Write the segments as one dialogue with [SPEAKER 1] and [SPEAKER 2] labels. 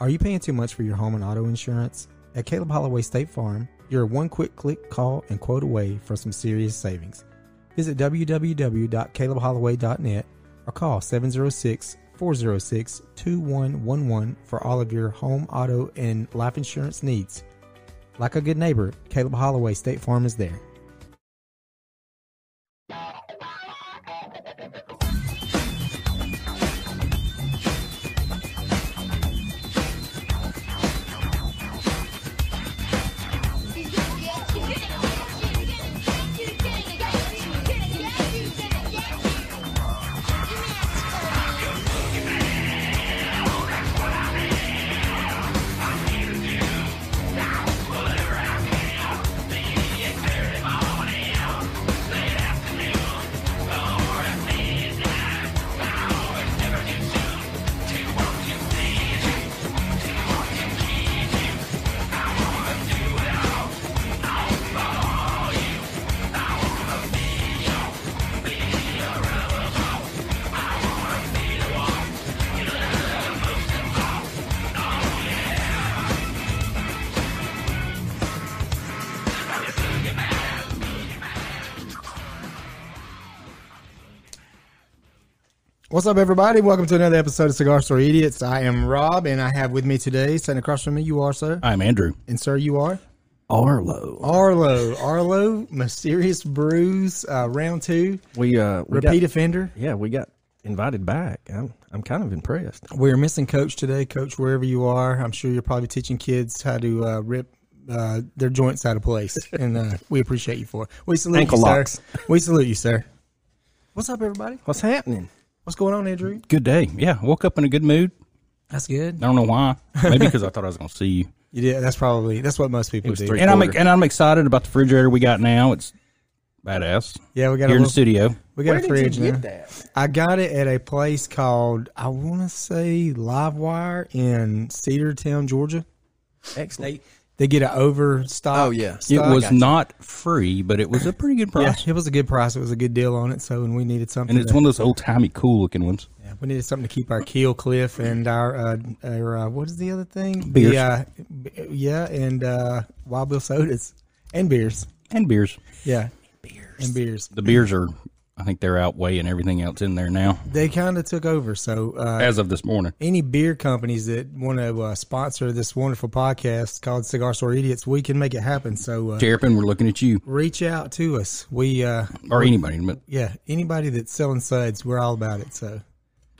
[SPEAKER 1] Are you paying too much for your home and auto insurance? At Caleb Holloway State Farm, you're one quick click, call, and quote away for some serious savings. Visit www.calebholloway.net or call 706 406 2111 for all of your home, auto, and life insurance needs. Like a good neighbor, Caleb Holloway State Farm is there. What's up, everybody? Welcome to another episode of Cigar Store Idiots. I am Rob, and I have with me today, sitting across from me, you are, sir.
[SPEAKER 2] I'm Andrew
[SPEAKER 1] And, sir, you are?
[SPEAKER 2] Arlo.
[SPEAKER 1] Arlo. Arlo, Mysterious Brews, uh, round two,
[SPEAKER 3] We uh we
[SPEAKER 1] repeat
[SPEAKER 3] got,
[SPEAKER 1] offender.
[SPEAKER 3] Yeah, we got invited back. I'm I'm kind of impressed.
[SPEAKER 1] We're missing Coach today. Coach, wherever you are, I'm sure you're probably teaching kids how to uh, rip uh, their joints out of place, and uh, we appreciate you for it. We salute
[SPEAKER 2] Ankle
[SPEAKER 1] you,
[SPEAKER 2] locks.
[SPEAKER 1] sir. We salute you, sir. What's up, everybody?
[SPEAKER 3] What's happening?
[SPEAKER 1] What's going on, Andrew?
[SPEAKER 2] Good day. Yeah, woke up in a good mood.
[SPEAKER 1] That's good.
[SPEAKER 2] I don't know why. Maybe because I thought I was going to see you.
[SPEAKER 1] Yeah, that's probably that's what most people
[SPEAKER 3] was
[SPEAKER 1] do.
[SPEAKER 3] three.
[SPEAKER 2] And I'm
[SPEAKER 3] Recorder.
[SPEAKER 2] and I'm excited about the refrigerator we got now. It's badass
[SPEAKER 1] Yeah, we got
[SPEAKER 2] here
[SPEAKER 1] a
[SPEAKER 2] in
[SPEAKER 1] little, Oh,
[SPEAKER 2] the studio.
[SPEAKER 1] we got a fridge now.
[SPEAKER 3] that?
[SPEAKER 1] I got it at a place called I want to say Livewire in Cedartown, Georgia.
[SPEAKER 3] Excellent.
[SPEAKER 1] They get an overstock.
[SPEAKER 3] Oh, yeah. It
[SPEAKER 2] It
[SPEAKER 1] stock.
[SPEAKER 2] was not free, but it was a pretty good
[SPEAKER 1] Yeah,
[SPEAKER 2] price.
[SPEAKER 1] it was a good price. It was a good deal on it. So, and we needed something.
[SPEAKER 2] And it's
[SPEAKER 1] to-
[SPEAKER 2] one of those old timey, cool looking ones.
[SPEAKER 1] Yeah, we needed something to keep our keel cliff and our, uh, our uh, what is the other thing?
[SPEAKER 2] Beers.
[SPEAKER 1] The, uh, b- yeah, and uh, Wild Bill sodas and beers.
[SPEAKER 2] And beers.
[SPEAKER 1] Yeah, beers and beers.
[SPEAKER 2] The beers are, I think they're outweighing everything else in there now
[SPEAKER 1] They kind of took over. So uh,
[SPEAKER 2] as of this morning.
[SPEAKER 1] any beer companies that want to uh, sponsor this wonderful podcast called Cigar Store Idiots, we can make it happen. So uh,
[SPEAKER 2] Terrapin, we're looking at you
[SPEAKER 1] reach out to us. We uh,
[SPEAKER 2] or anybody, but
[SPEAKER 1] yeah, anybody that's selling suds, we're all about it. So.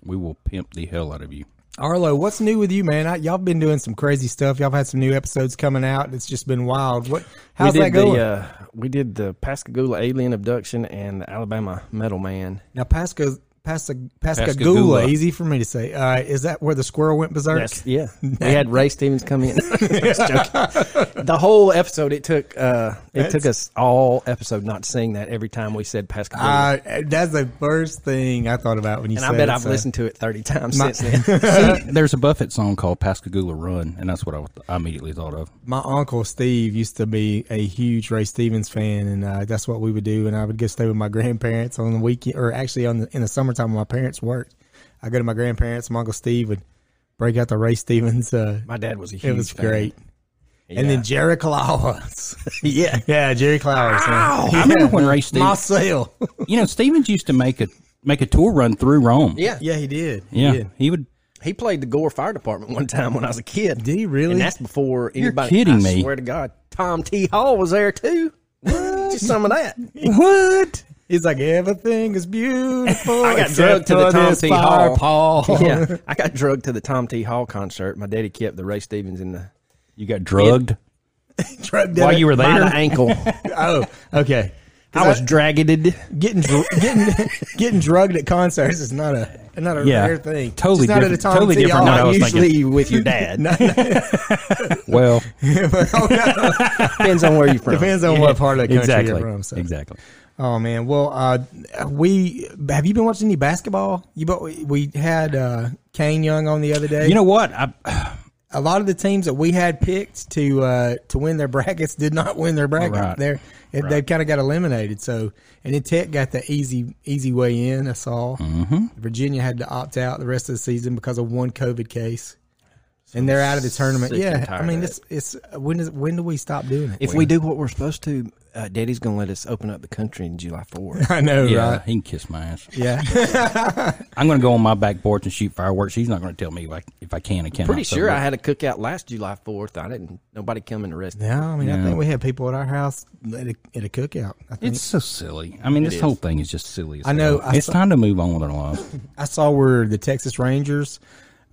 [SPEAKER 2] we will pimp the hell out of you.
[SPEAKER 1] Arlo, what's new with you, man? I, y'all been doing some crazy stuff. Y'all had some new episodes coming out. It's just been wild. What? How's
[SPEAKER 3] we
[SPEAKER 1] that
[SPEAKER 3] did
[SPEAKER 1] going?
[SPEAKER 3] the uh, we did the Pascagoula alien abduction and the Alabama metal man.
[SPEAKER 1] now, Pasco, Pasca, Pascagoula,
[SPEAKER 2] Pascagoula.
[SPEAKER 1] easy for me to say. Uh, is that where the squirrel went berserk?
[SPEAKER 3] That's, yeah. we had Ray Stevens come in. Just joking. The whole episode it took uh it took us all episode not seeing that every time we said Pascagoula.
[SPEAKER 1] Uh, that's the first thing I thought about when you
[SPEAKER 3] and
[SPEAKER 1] said
[SPEAKER 3] I bet
[SPEAKER 1] it,
[SPEAKER 3] I've
[SPEAKER 1] so.
[SPEAKER 3] listened to it thirty times
[SPEAKER 1] My-
[SPEAKER 3] since then.
[SPEAKER 2] There's a Buffett song called Pascagoula Run, and that's what I, I immediately thought of.
[SPEAKER 1] My uncle Steve used to be a huge Ray Stevens fan, and uh, that's what we would do. And I would go stay with my grandparents on the weekend, or actually on the, in the summertime when my parents worked. I go to my grandparents. My uncle Steve would break out the Ray Stevens. Uh,
[SPEAKER 3] My dad was a huge
[SPEAKER 1] it was
[SPEAKER 3] fan.
[SPEAKER 1] great. And then Jerry Clowers. yeah. Yeah, Jerry Clowers.
[SPEAKER 2] Ow! I remember when Ray Stevens-
[SPEAKER 1] Marcel.
[SPEAKER 2] You know, Stevens used to make a make a tour run through Rome.
[SPEAKER 3] Yeah.
[SPEAKER 1] yeah, he did. He
[SPEAKER 2] yeah,
[SPEAKER 1] Did.
[SPEAKER 2] he would.
[SPEAKER 3] He played the Gore Fire Department one time when I was a kid.
[SPEAKER 1] Did he really?
[SPEAKER 3] And that's before anybody.
[SPEAKER 2] kidding
[SPEAKER 3] I
[SPEAKER 2] me.
[SPEAKER 3] Swear to God, Tom T. Hall was there too. Just some of that.
[SPEAKER 1] What? He's like, everything is beautiful.
[SPEAKER 3] I got
[SPEAKER 1] except
[SPEAKER 3] drugged to the
[SPEAKER 1] for
[SPEAKER 3] Tom
[SPEAKER 1] this
[SPEAKER 3] T.
[SPEAKER 1] fire,
[SPEAKER 3] Hall.
[SPEAKER 1] Paul.
[SPEAKER 3] yeah, I got drugged to the Tom T. Hall concert. My daddy kept the Ray Stevens in the
[SPEAKER 2] You got drugged
[SPEAKER 1] Drugged
[SPEAKER 2] while
[SPEAKER 1] in
[SPEAKER 2] you
[SPEAKER 1] it.
[SPEAKER 2] were
[SPEAKER 3] by
[SPEAKER 2] there.
[SPEAKER 3] the ankle.
[SPEAKER 1] Oh, okay.
[SPEAKER 3] I was dragged.
[SPEAKER 1] Getting dr- getting getting drugged at concerts is not a not a
[SPEAKER 2] Yeah.
[SPEAKER 1] rare thing.
[SPEAKER 2] Totally
[SPEAKER 1] Just not at a
[SPEAKER 2] different-
[SPEAKER 1] Tom
[SPEAKER 2] totally
[SPEAKER 1] T.
[SPEAKER 2] different than
[SPEAKER 1] Hall.
[SPEAKER 2] I was
[SPEAKER 3] Not
[SPEAKER 2] thinking.
[SPEAKER 3] usually with your dad.
[SPEAKER 2] Well,
[SPEAKER 3] Depends on where you're from.
[SPEAKER 1] Oh, Depends on what part of the country you're
[SPEAKER 2] exactly,
[SPEAKER 1] from. So.
[SPEAKER 2] exactly.
[SPEAKER 1] Oh man, well, uh, we have you been watching any basketball? You but we had uh, Kane Young on the other day.
[SPEAKER 2] You know what? I
[SPEAKER 1] a lot of the teams that we had picked to uh, to win their brackets did not win their bracket.
[SPEAKER 2] Right.
[SPEAKER 1] They're, it- They've kind of got eliminated. So, and then Tech got the easy easy way in.
[SPEAKER 2] Mm-hmm.
[SPEAKER 1] I saw Virginia had to opt out the rest of the season because of one COVID case. and they're out of the tournament.
[SPEAKER 2] sick and
[SPEAKER 1] Yeah,
[SPEAKER 2] tired
[SPEAKER 1] I mean,
[SPEAKER 2] of
[SPEAKER 1] it's it's when is when do we stop doing it?
[SPEAKER 3] If we do what we're supposed to, uh, Daddy's going to let us open up the country in July 4th.
[SPEAKER 1] I know,
[SPEAKER 2] Yeah,
[SPEAKER 1] right?
[SPEAKER 2] he can kiss my ass.
[SPEAKER 1] Yeah,
[SPEAKER 2] I'm going to go on my back porch and shoot fireworks. He's not going to tell me if I, if I can or cannot.
[SPEAKER 3] Pretty
[SPEAKER 2] So,
[SPEAKER 3] sure
[SPEAKER 2] look,
[SPEAKER 3] I had a cookout last July 4th. I didn't, nobody come and arrest me.
[SPEAKER 1] yeah. I mean, I think we had people at our house at a, at a cookout. I think
[SPEAKER 2] It's so silly. I mean, this whole thing is just silly. As
[SPEAKER 1] I know,
[SPEAKER 2] hell.
[SPEAKER 1] I
[SPEAKER 2] it's
[SPEAKER 1] saw-
[SPEAKER 2] time to move on with our life.
[SPEAKER 1] I saw where the Texas Rangers,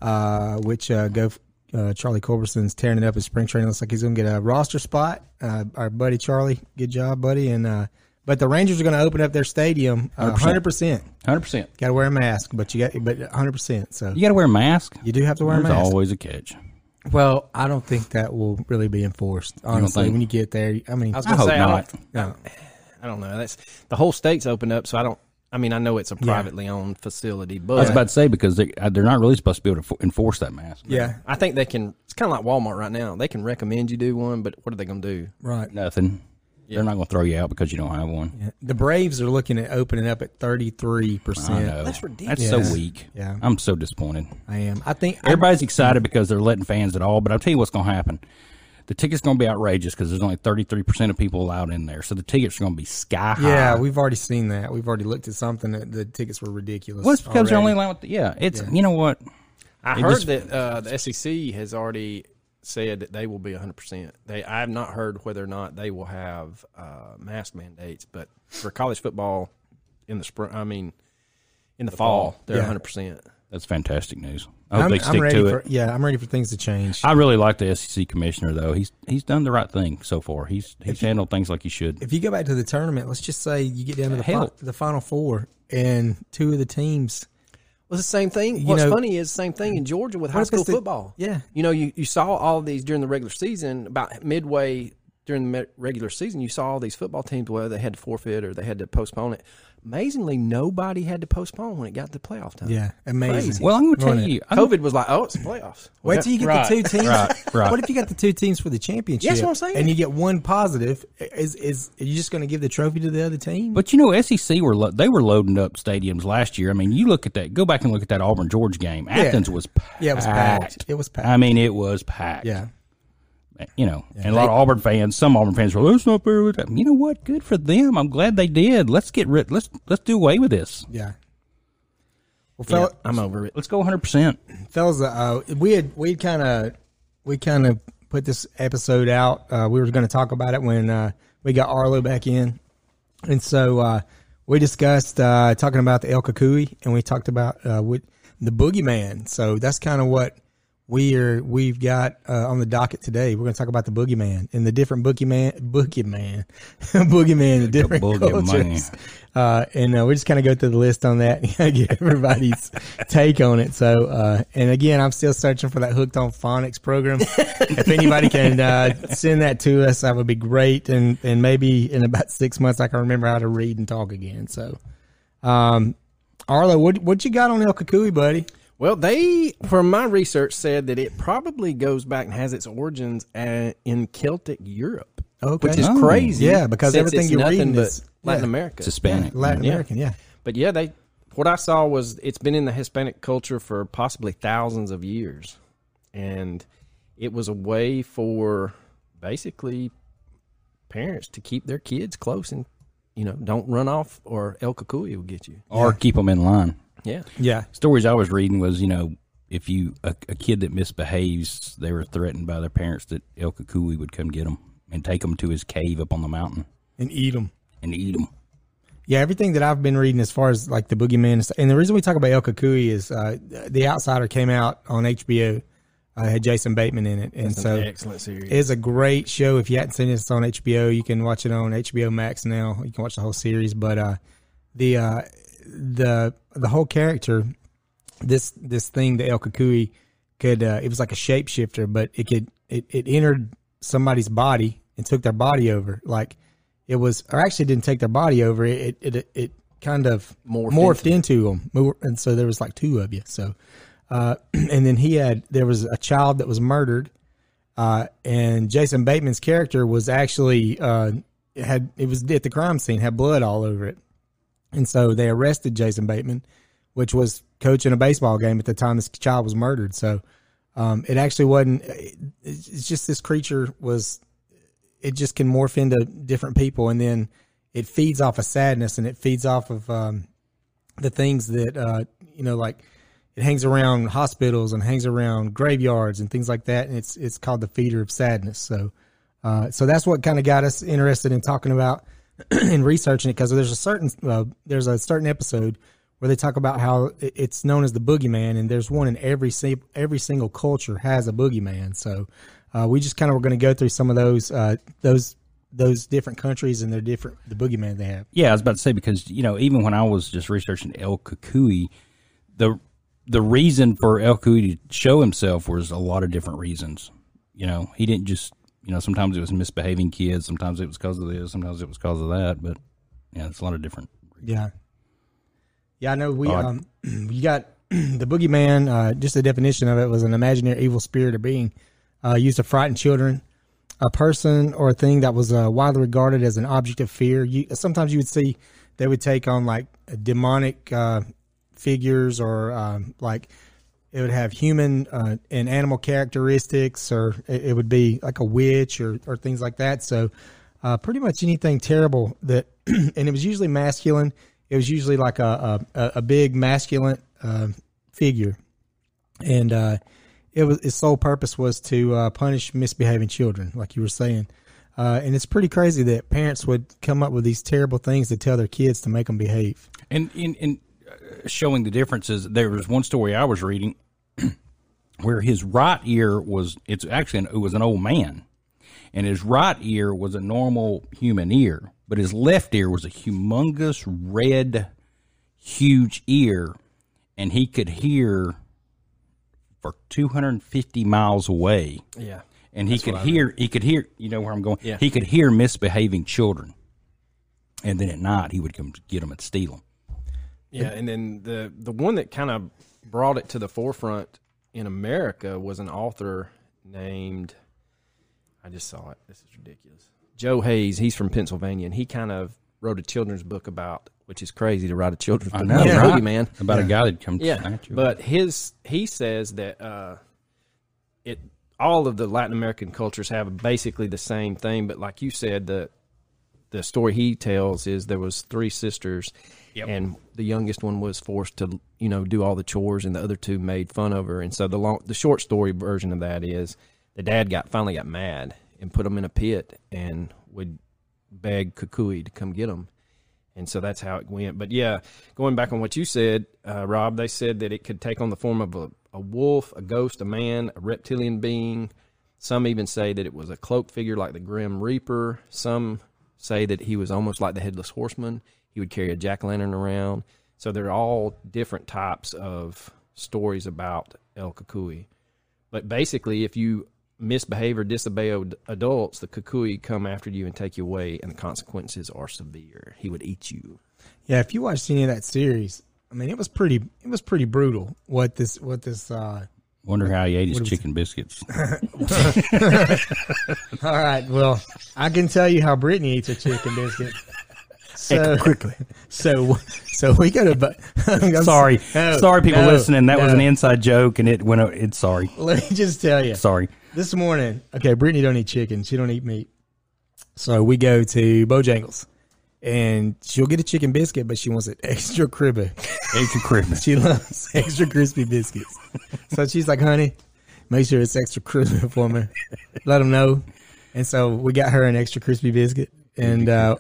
[SPEAKER 1] uh, which uh, go uh, Charlie Culberson's tearing it up in spring training. Looks like he's going to get a roster spot. Uh, our buddy Charlie, good job, buddy. And uh, but the Rangers are going to open up their stadium, uh, hundred percent.
[SPEAKER 2] Hundred percent.
[SPEAKER 1] Got to wear a mask, but you got but hundred percent. So
[SPEAKER 2] You got to wear a mask.
[SPEAKER 1] you do have to wear a
[SPEAKER 2] There's
[SPEAKER 1] mask.
[SPEAKER 2] always a catch.
[SPEAKER 1] Well, I don't think that will really be enforced. Honestly,
[SPEAKER 2] think?
[SPEAKER 1] when you get there, I mean, Oh,
[SPEAKER 3] I was
[SPEAKER 2] I
[SPEAKER 3] going to
[SPEAKER 2] hope
[SPEAKER 3] say, I
[SPEAKER 2] not.
[SPEAKER 3] don't, I don't know. That's The whole state's opened up, so I don't, I mean, I know it's a privately owned facility,
[SPEAKER 2] I was
[SPEAKER 3] but
[SPEAKER 2] about to say because they, uh, they're not really supposed to be able to fo- enforce that mask.
[SPEAKER 1] yeah,
[SPEAKER 3] I think they can, it's kind of like Walmart right now. They can recommend you do one, but what are they going to do?
[SPEAKER 1] right.
[SPEAKER 2] Nothing. They're not going to throw you out because you don't have one.
[SPEAKER 1] The Braves are looking at opening up at thirty three
[SPEAKER 2] I
[SPEAKER 1] percent.
[SPEAKER 2] know.
[SPEAKER 3] That's
[SPEAKER 2] That's
[SPEAKER 3] ridiculous.
[SPEAKER 2] so weak.
[SPEAKER 1] Yeah.
[SPEAKER 2] I'm so disappointed.
[SPEAKER 1] I am. I think I-
[SPEAKER 2] Everybody's excited because they're letting fans at all, but I'll tell you what's going to happen. The ticket's going to be outrageous because there's only 33% of people allowed in there. So the tickets are going to be sky high.
[SPEAKER 1] Yeah, we've already seen that. We've already looked at something that the tickets were ridiculous.
[SPEAKER 2] Well, it's because they're only
[SPEAKER 1] already.
[SPEAKER 2] allowed. Yeah. It's, you know what?
[SPEAKER 3] I
[SPEAKER 2] It
[SPEAKER 3] heard
[SPEAKER 2] just-
[SPEAKER 3] that uh, the SEC has already said that they will be 100%. They I have not heard whether or not they will have uh, mask mandates, but for college football in the spring, I mean, in the, fall, they're
[SPEAKER 1] yeah.
[SPEAKER 3] 100%.
[SPEAKER 2] That's fantastic news. I hope
[SPEAKER 1] I'm,
[SPEAKER 2] they
[SPEAKER 1] I'm
[SPEAKER 2] stick
[SPEAKER 1] ready
[SPEAKER 2] to
[SPEAKER 1] for,
[SPEAKER 2] it.
[SPEAKER 1] Yeah, I'm ready for things to change.
[SPEAKER 2] I really like the SEC commissioner, though. He's he's done the right thing so far. He's he's handled things like he should.
[SPEAKER 1] if you go back to the tournament, let's just say you get down to the
[SPEAKER 2] Hell.
[SPEAKER 1] fi- the final four, and two of the teams.
[SPEAKER 3] Well, it's the same thing. What's
[SPEAKER 1] know-
[SPEAKER 3] funny is the same thing in Georgia with high
[SPEAKER 1] if
[SPEAKER 3] school
[SPEAKER 1] it's the-
[SPEAKER 3] football.
[SPEAKER 1] yeah.
[SPEAKER 3] You know, you, you saw all these during the regular season, about midway during the me- regular season, you saw all these football teams where they had to forfeit or they had to postpone it. Amazingly, nobody had to postpone when it got to playoff time.
[SPEAKER 1] Yeah, amazing.
[SPEAKER 2] Well, I'm going to
[SPEAKER 1] Run
[SPEAKER 2] tell
[SPEAKER 1] it.
[SPEAKER 2] you. I'm-
[SPEAKER 3] COVID was like, oh, it's the playoffs.
[SPEAKER 1] Wait till you get
[SPEAKER 2] Right,
[SPEAKER 1] the two teams.
[SPEAKER 2] right, right.
[SPEAKER 1] What if you got the two teams for the championship?
[SPEAKER 3] That's what I'm saying.
[SPEAKER 1] And you get one positive. Is is are you just going to give the trophy to the other team?
[SPEAKER 2] But you know, SEC were lo- they were loading up stadiums last year. I mean, you look at that. Go back and look at that Auburn George game. Athens was packed.
[SPEAKER 1] Yeah, it was packed. It was packed.
[SPEAKER 2] I mean, it was packed. Eh,
[SPEAKER 1] yeah,
[SPEAKER 2] you know, and a lot of Auburn fans, some Auburn fans were, "That's not fair." You know what? Good for them. I'm glad they did. Let's get rid. Let's let's do away with this.
[SPEAKER 1] yeah. Well, fella,
[SPEAKER 3] I'm over it.
[SPEAKER 2] Let's go 100. percent
[SPEAKER 1] fellas, uh, we had we kind of we kind of put this episode out. Uh, we were going to talk about it when uh, we got Arlo back in, and so uh, we discussed uh, talking about the El Cucuy, and we talked about uh, with the boogeyman. So that's kind of what we are. We've got uh, on the docket today. We're going to talk about the boogeyman and the different boogeyman, boogeyman, boogeyman, the different
[SPEAKER 2] boogeyman.
[SPEAKER 1] cultures. Uh, and uh, we just kind of go through the list on that and kinda get everybody's take on it. So, uh, and again, I'm still searching for that hooked on phonics program. if anybody can uh, send that to us, that would be great. And and maybe in about six months, I can remember how to read and talk again. So, um, Arlo, what what you got on El Cucuy, buddy?
[SPEAKER 3] Well, they, from my research, said that it probably goes back and has its origins uh in Celtic Europe,
[SPEAKER 1] Okay.
[SPEAKER 3] which is
[SPEAKER 2] Oh.
[SPEAKER 3] crazy.
[SPEAKER 1] Yeah, because
[SPEAKER 3] since
[SPEAKER 1] everything
[SPEAKER 3] it's
[SPEAKER 1] you're
[SPEAKER 3] nothing
[SPEAKER 1] reading
[SPEAKER 3] but
[SPEAKER 1] is-
[SPEAKER 3] Latin
[SPEAKER 1] yeah.
[SPEAKER 3] America.
[SPEAKER 2] It's Hispanic.
[SPEAKER 1] Latin
[SPEAKER 3] Yeah.
[SPEAKER 1] American, yeah.
[SPEAKER 3] But yeah, they what I saw was it's been in the Hispanic culture for possibly thousands of years, and it was a way for basically parents to keep their kids close and you know don't run off or El Cucuy will get you.
[SPEAKER 2] or keep them in line.
[SPEAKER 3] Yeah.
[SPEAKER 1] Yeah.
[SPEAKER 2] Stories I was reading was, you know, if you a, a kid that misbehaves, they were threatened by their parents that El Cucuy would come get them and take them to his cave up on the mountain
[SPEAKER 1] And eat them.
[SPEAKER 2] and eat them.
[SPEAKER 1] Yeah, everything that I've been reading as far as like the boogeyman, and, stuff, and the reason we talk about El Cucuy is uh, The Outsider came out on HBO, uh, had Jason Bateman in it, and so
[SPEAKER 3] Excellent series.
[SPEAKER 1] it's a great show. If you hadn't seen it, it's on HBO. You can watch it on HBO Max now. You can watch the whole series, but uh, the uh, the the whole character, this this thing, the El Cucuy, could uh, it was like a shapeshifter, but it could it, it entered somebody's body and took their body over. Like it was, or actually didn't take their body over. It it it, it kind of
[SPEAKER 3] Morphed
[SPEAKER 1] into them, Mor- and so there was like two of you. So. Uh, and then he had there was a child that was murdered, uh, and Jason Bateman's character was actually uh, had it was at the crime scene had blood all over it, and so they arrested Jason Bateman, which was coaching a baseball game at the time this child was murdered. So Um, it actually wasn't. It, it's just this creature was. It just can morph into different people, and then it feeds off of sadness, and it feeds off of um, the things that uh, you know, like it hangs around hospitals and hangs around graveyards and things like that. And it's it's called the feeder of sadness. So, uh, so that's what kind of got us interested in talking about and researching it because there's a certain uh, there's a certain episode where they talk about how it- it's known as the boogeyman, and there's one in every si- every single culture has a boogeyman. So, uh, we just kind of were going to go through some of those uh, those those different countries and their different the boogeyman they have.
[SPEAKER 2] Yeah, I was about to say because you know even when I was just researching El Kukui, the the reason for El Kukui to show himself was a lot of different reasons. You know, he didn't just you know sometimes it was misbehaving kids, sometimes it was because of this, sometimes it was because of that. But yeah, it's a lot of different.
[SPEAKER 1] Yeah. Yeah, I know we
[SPEAKER 2] Odd.
[SPEAKER 1] um you got the boogeyman, uh just the definition of it was an imaginary evil spirit or being uh used to frighten children, a person or a thing that was uh, widely regarded as an object of fear. You sometimes you would see they would take on like demonic uh figures or um like it would have human uh, and animal characteristics or it, it would be like a witch or, or things like that so uh, pretty much anything terrible that and it was usually masculine it was usually like a, a, a- a big masculine uh, figure and uh, it was its sole purpose was to uh, punish misbehaving children like you were saying uh, and it's pretty crazy that parents would come up with these terrible things to tell their kids to make them behave
[SPEAKER 2] And in in uh, showing the differences, there was one story I was reading where his right ear was it's actually an, it was an old man, and his right ear was a normal human ear, but his left ear was a humongous red, huge ear, and he could hear for 250 miles away
[SPEAKER 3] Yeah.
[SPEAKER 2] and he could hear he could hear you know where I'm going.
[SPEAKER 3] Yeah.
[SPEAKER 2] He could hear misbehaving children, and then at night he would come to get them and steal them.
[SPEAKER 3] Yeah, and then the the one that kind of brought it to the forefront in America was an author named I just saw it. This is ridiculous. Joe Hayes, he's from Pennsylvania, and he kind of wrote a children's book about which is crazy to write a children's book about a man.
[SPEAKER 2] About a guy that comes.
[SPEAKER 3] Yeah, but his he says that uh, it all of the Latin American cultures have basically the same thing, but like you said, the the story he tells is there was three sisters, and the youngest one was forced to you know do all the chores, and the other two made fun of her. And so the long the short story version of that is the dad got finally got mad and put them in a pit and would beg Kukui to come get them and so that's how it went. But yeah, going back on what you said, uh, Rob, they said that it could take on the form of a, a wolf, a ghost, a man, a reptilian being. Some even say that it was a cloaked figure like the Grim Reaper. Some say that he was almost like the Headless Horseman. He would carry a jack lantern around. So they're all different types of stories about El Kukui. But basically, if you misbehave or disobey ad- adults, the Kukui come after you and take you away, and the consequences are severe. He would eat you.
[SPEAKER 1] Yeah, if you watched any of that series, I mean, it was pretty. It was pretty brutal. What this? What this? uh
[SPEAKER 2] Wonder how he ate his chicken biscuits.
[SPEAKER 1] All right. Well, I can tell you how Brittany eats a chicken biscuit. So Uh, quickly. So so we go to. bu- I'm
[SPEAKER 2] sorry,
[SPEAKER 1] no,
[SPEAKER 2] sorry, people
[SPEAKER 1] no,
[SPEAKER 2] listening. That was
[SPEAKER 1] no.
[SPEAKER 2] an inside joke, and it went. o- It's sorry,
[SPEAKER 1] Let me just tell you.
[SPEAKER 2] sorry.
[SPEAKER 1] This morning, okay, Brittany don't eat chicken. She don't eat meat. So we go to Bojangles, and she'll get a chicken biscuit, but she wants it extra crispy.
[SPEAKER 2] Ate your Christmas.
[SPEAKER 1] She loves extra crispy biscuits. So she's like, honey, make sure it's extra crispy for me. Let them know. And so we got her an extra crispy biscuit. And uh,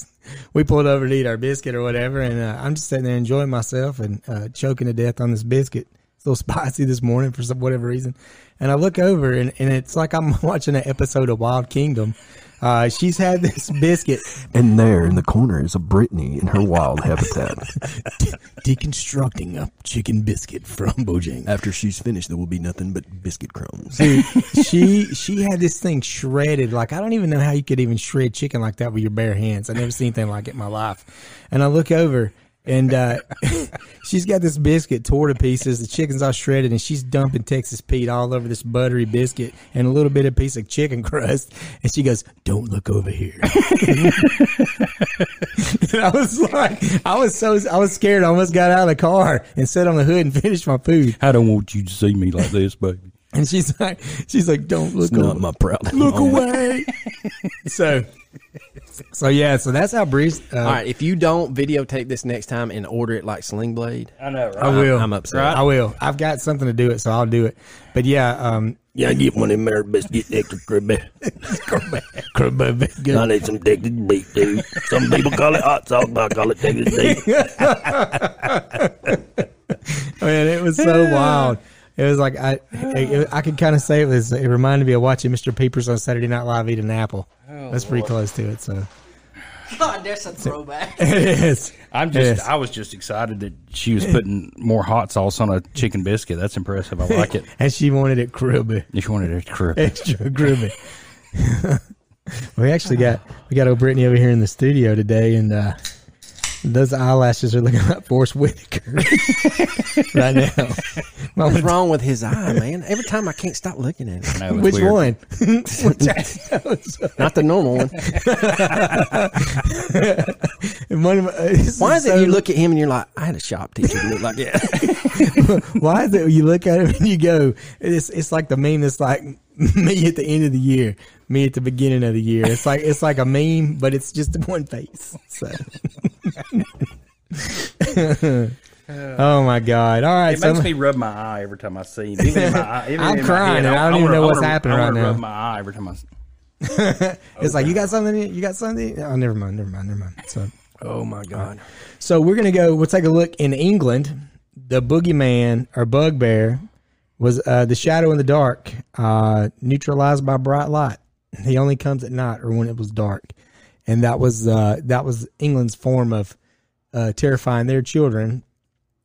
[SPEAKER 1] we pulled over to eat our biscuit or whatever. And uh, I'm just sitting there enjoying myself and uh, choking to death on this biscuit. It's a little spicy this morning for some whatever reason. And I look over and, and it's like I'm watching an episode of Wild Kingdom. Uh, she's had this biscuit
[SPEAKER 4] And there in the corner is a Brittany in her wild habitat.
[SPEAKER 1] deconstructing a chicken biscuit from Bojangles.
[SPEAKER 4] After she's finished, there will be nothing but biscuit crumbs.
[SPEAKER 1] Dude, she she had this thing shredded. Like I don't even know how you could even shred chicken like that with your bare hands. I never seen anything like it in my life. And I look over and uh, she's got this biscuit torn to pieces. The chicken's all shredded, and she's dumping Texas Pete all over this buttery biscuit and a little bit of piece of chicken crust. And she goes, "Don't look over here." and I was like, I was so I was scared. I almost got out of the car and sat on the hood and finished my food.
[SPEAKER 2] I don't want you to see me like this, baby.
[SPEAKER 1] and she's like, she's like, don't look
[SPEAKER 4] Not
[SPEAKER 1] over,
[SPEAKER 4] my Oh, proud.
[SPEAKER 1] look away. Oh, so, so yeah, so that's how Breeze. Uh,
[SPEAKER 3] All right, if you don't videotape this next time and order it like Sling Blade,
[SPEAKER 2] I know,
[SPEAKER 1] I
[SPEAKER 2] right?
[SPEAKER 1] will.
[SPEAKER 3] I'm upset.
[SPEAKER 1] I will. I've got something to do it, so I'll do it. But yeah, um,
[SPEAKER 4] Yeah, get one of them there biscuit extra cribby. I need some Texas beef, dude. Some people call it hot sauce, but I call it Texas beef.
[SPEAKER 1] man, it was so wild. It was like I, it, I could kind of say it was. It reminded me of watching Mr. Peepers on Saturday Night Live eat an apple.
[SPEAKER 3] Oh,
[SPEAKER 1] That's pretty close to it. So
[SPEAKER 5] God, there's a throwback.
[SPEAKER 1] it is.
[SPEAKER 2] I'm just,
[SPEAKER 1] Yes.
[SPEAKER 2] I was just excited that she was putting more hot sauce on a chicken biscuit. That's impressive. I like it.
[SPEAKER 1] And she wanted it cribby,
[SPEAKER 2] If you wanted a crib.
[SPEAKER 1] extra cribby. we actually got we got old Brittany over here in the studio today, and uh, those eyelashes are looking like Forrest Whitaker right now. Mama
[SPEAKER 3] what's wrong with his eye, man? Every time I can't stop looking at it.
[SPEAKER 2] No, it's
[SPEAKER 1] Which
[SPEAKER 2] weird.
[SPEAKER 1] one? Which-
[SPEAKER 3] Not the normal one.
[SPEAKER 1] one of my- this
[SPEAKER 3] Why is it
[SPEAKER 1] so-
[SPEAKER 3] you look at him and you're like, I had a shop teacher who looked like that?
[SPEAKER 1] Why is it you look at him and you go? It's it's like the meme that's like me at the end of the year, me at the beginning of the year. It's like it's like a meme, but it's just one face. So. oh my god! All right,
[SPEAKER 2] It
[SPEAKER 1] so
[SPEAKER 2] makes me rub my eye every time I see him. Even in my eye, even
[SPEAKER 1] I'm
[SPEAKER 2] in my
[SPEAKER 1] crying,
[SPEAKER 2] head,
[SPEAKER 1] and I don't even
[SPEAKER 2] wanna-
[SPEAKER 1] know what's
[SPEAKER 2] wanna-
[SPEAKER 1] happening
[SPEAKER 2] I
[SPEAKER 1] right
[SPEAKER 2] wanna
[SPEAKER 1] now.
[SPEAKER 2] Rub my eye every time I. s-
[SPEAKER 1] it's like you got something. You got something. Oh, never mind. Never mind. Never mind. So.
[SPEAKER 3] oh my God.
[SPEAKER 1] So we're gonna go. We'll take a look in England. The boogeyman or bugbear was uh, the shadow in the dark, uh, neutralized by bright light. He only comes at night or when it was dark, and that was uh, that was England's form of uh, terrifying their children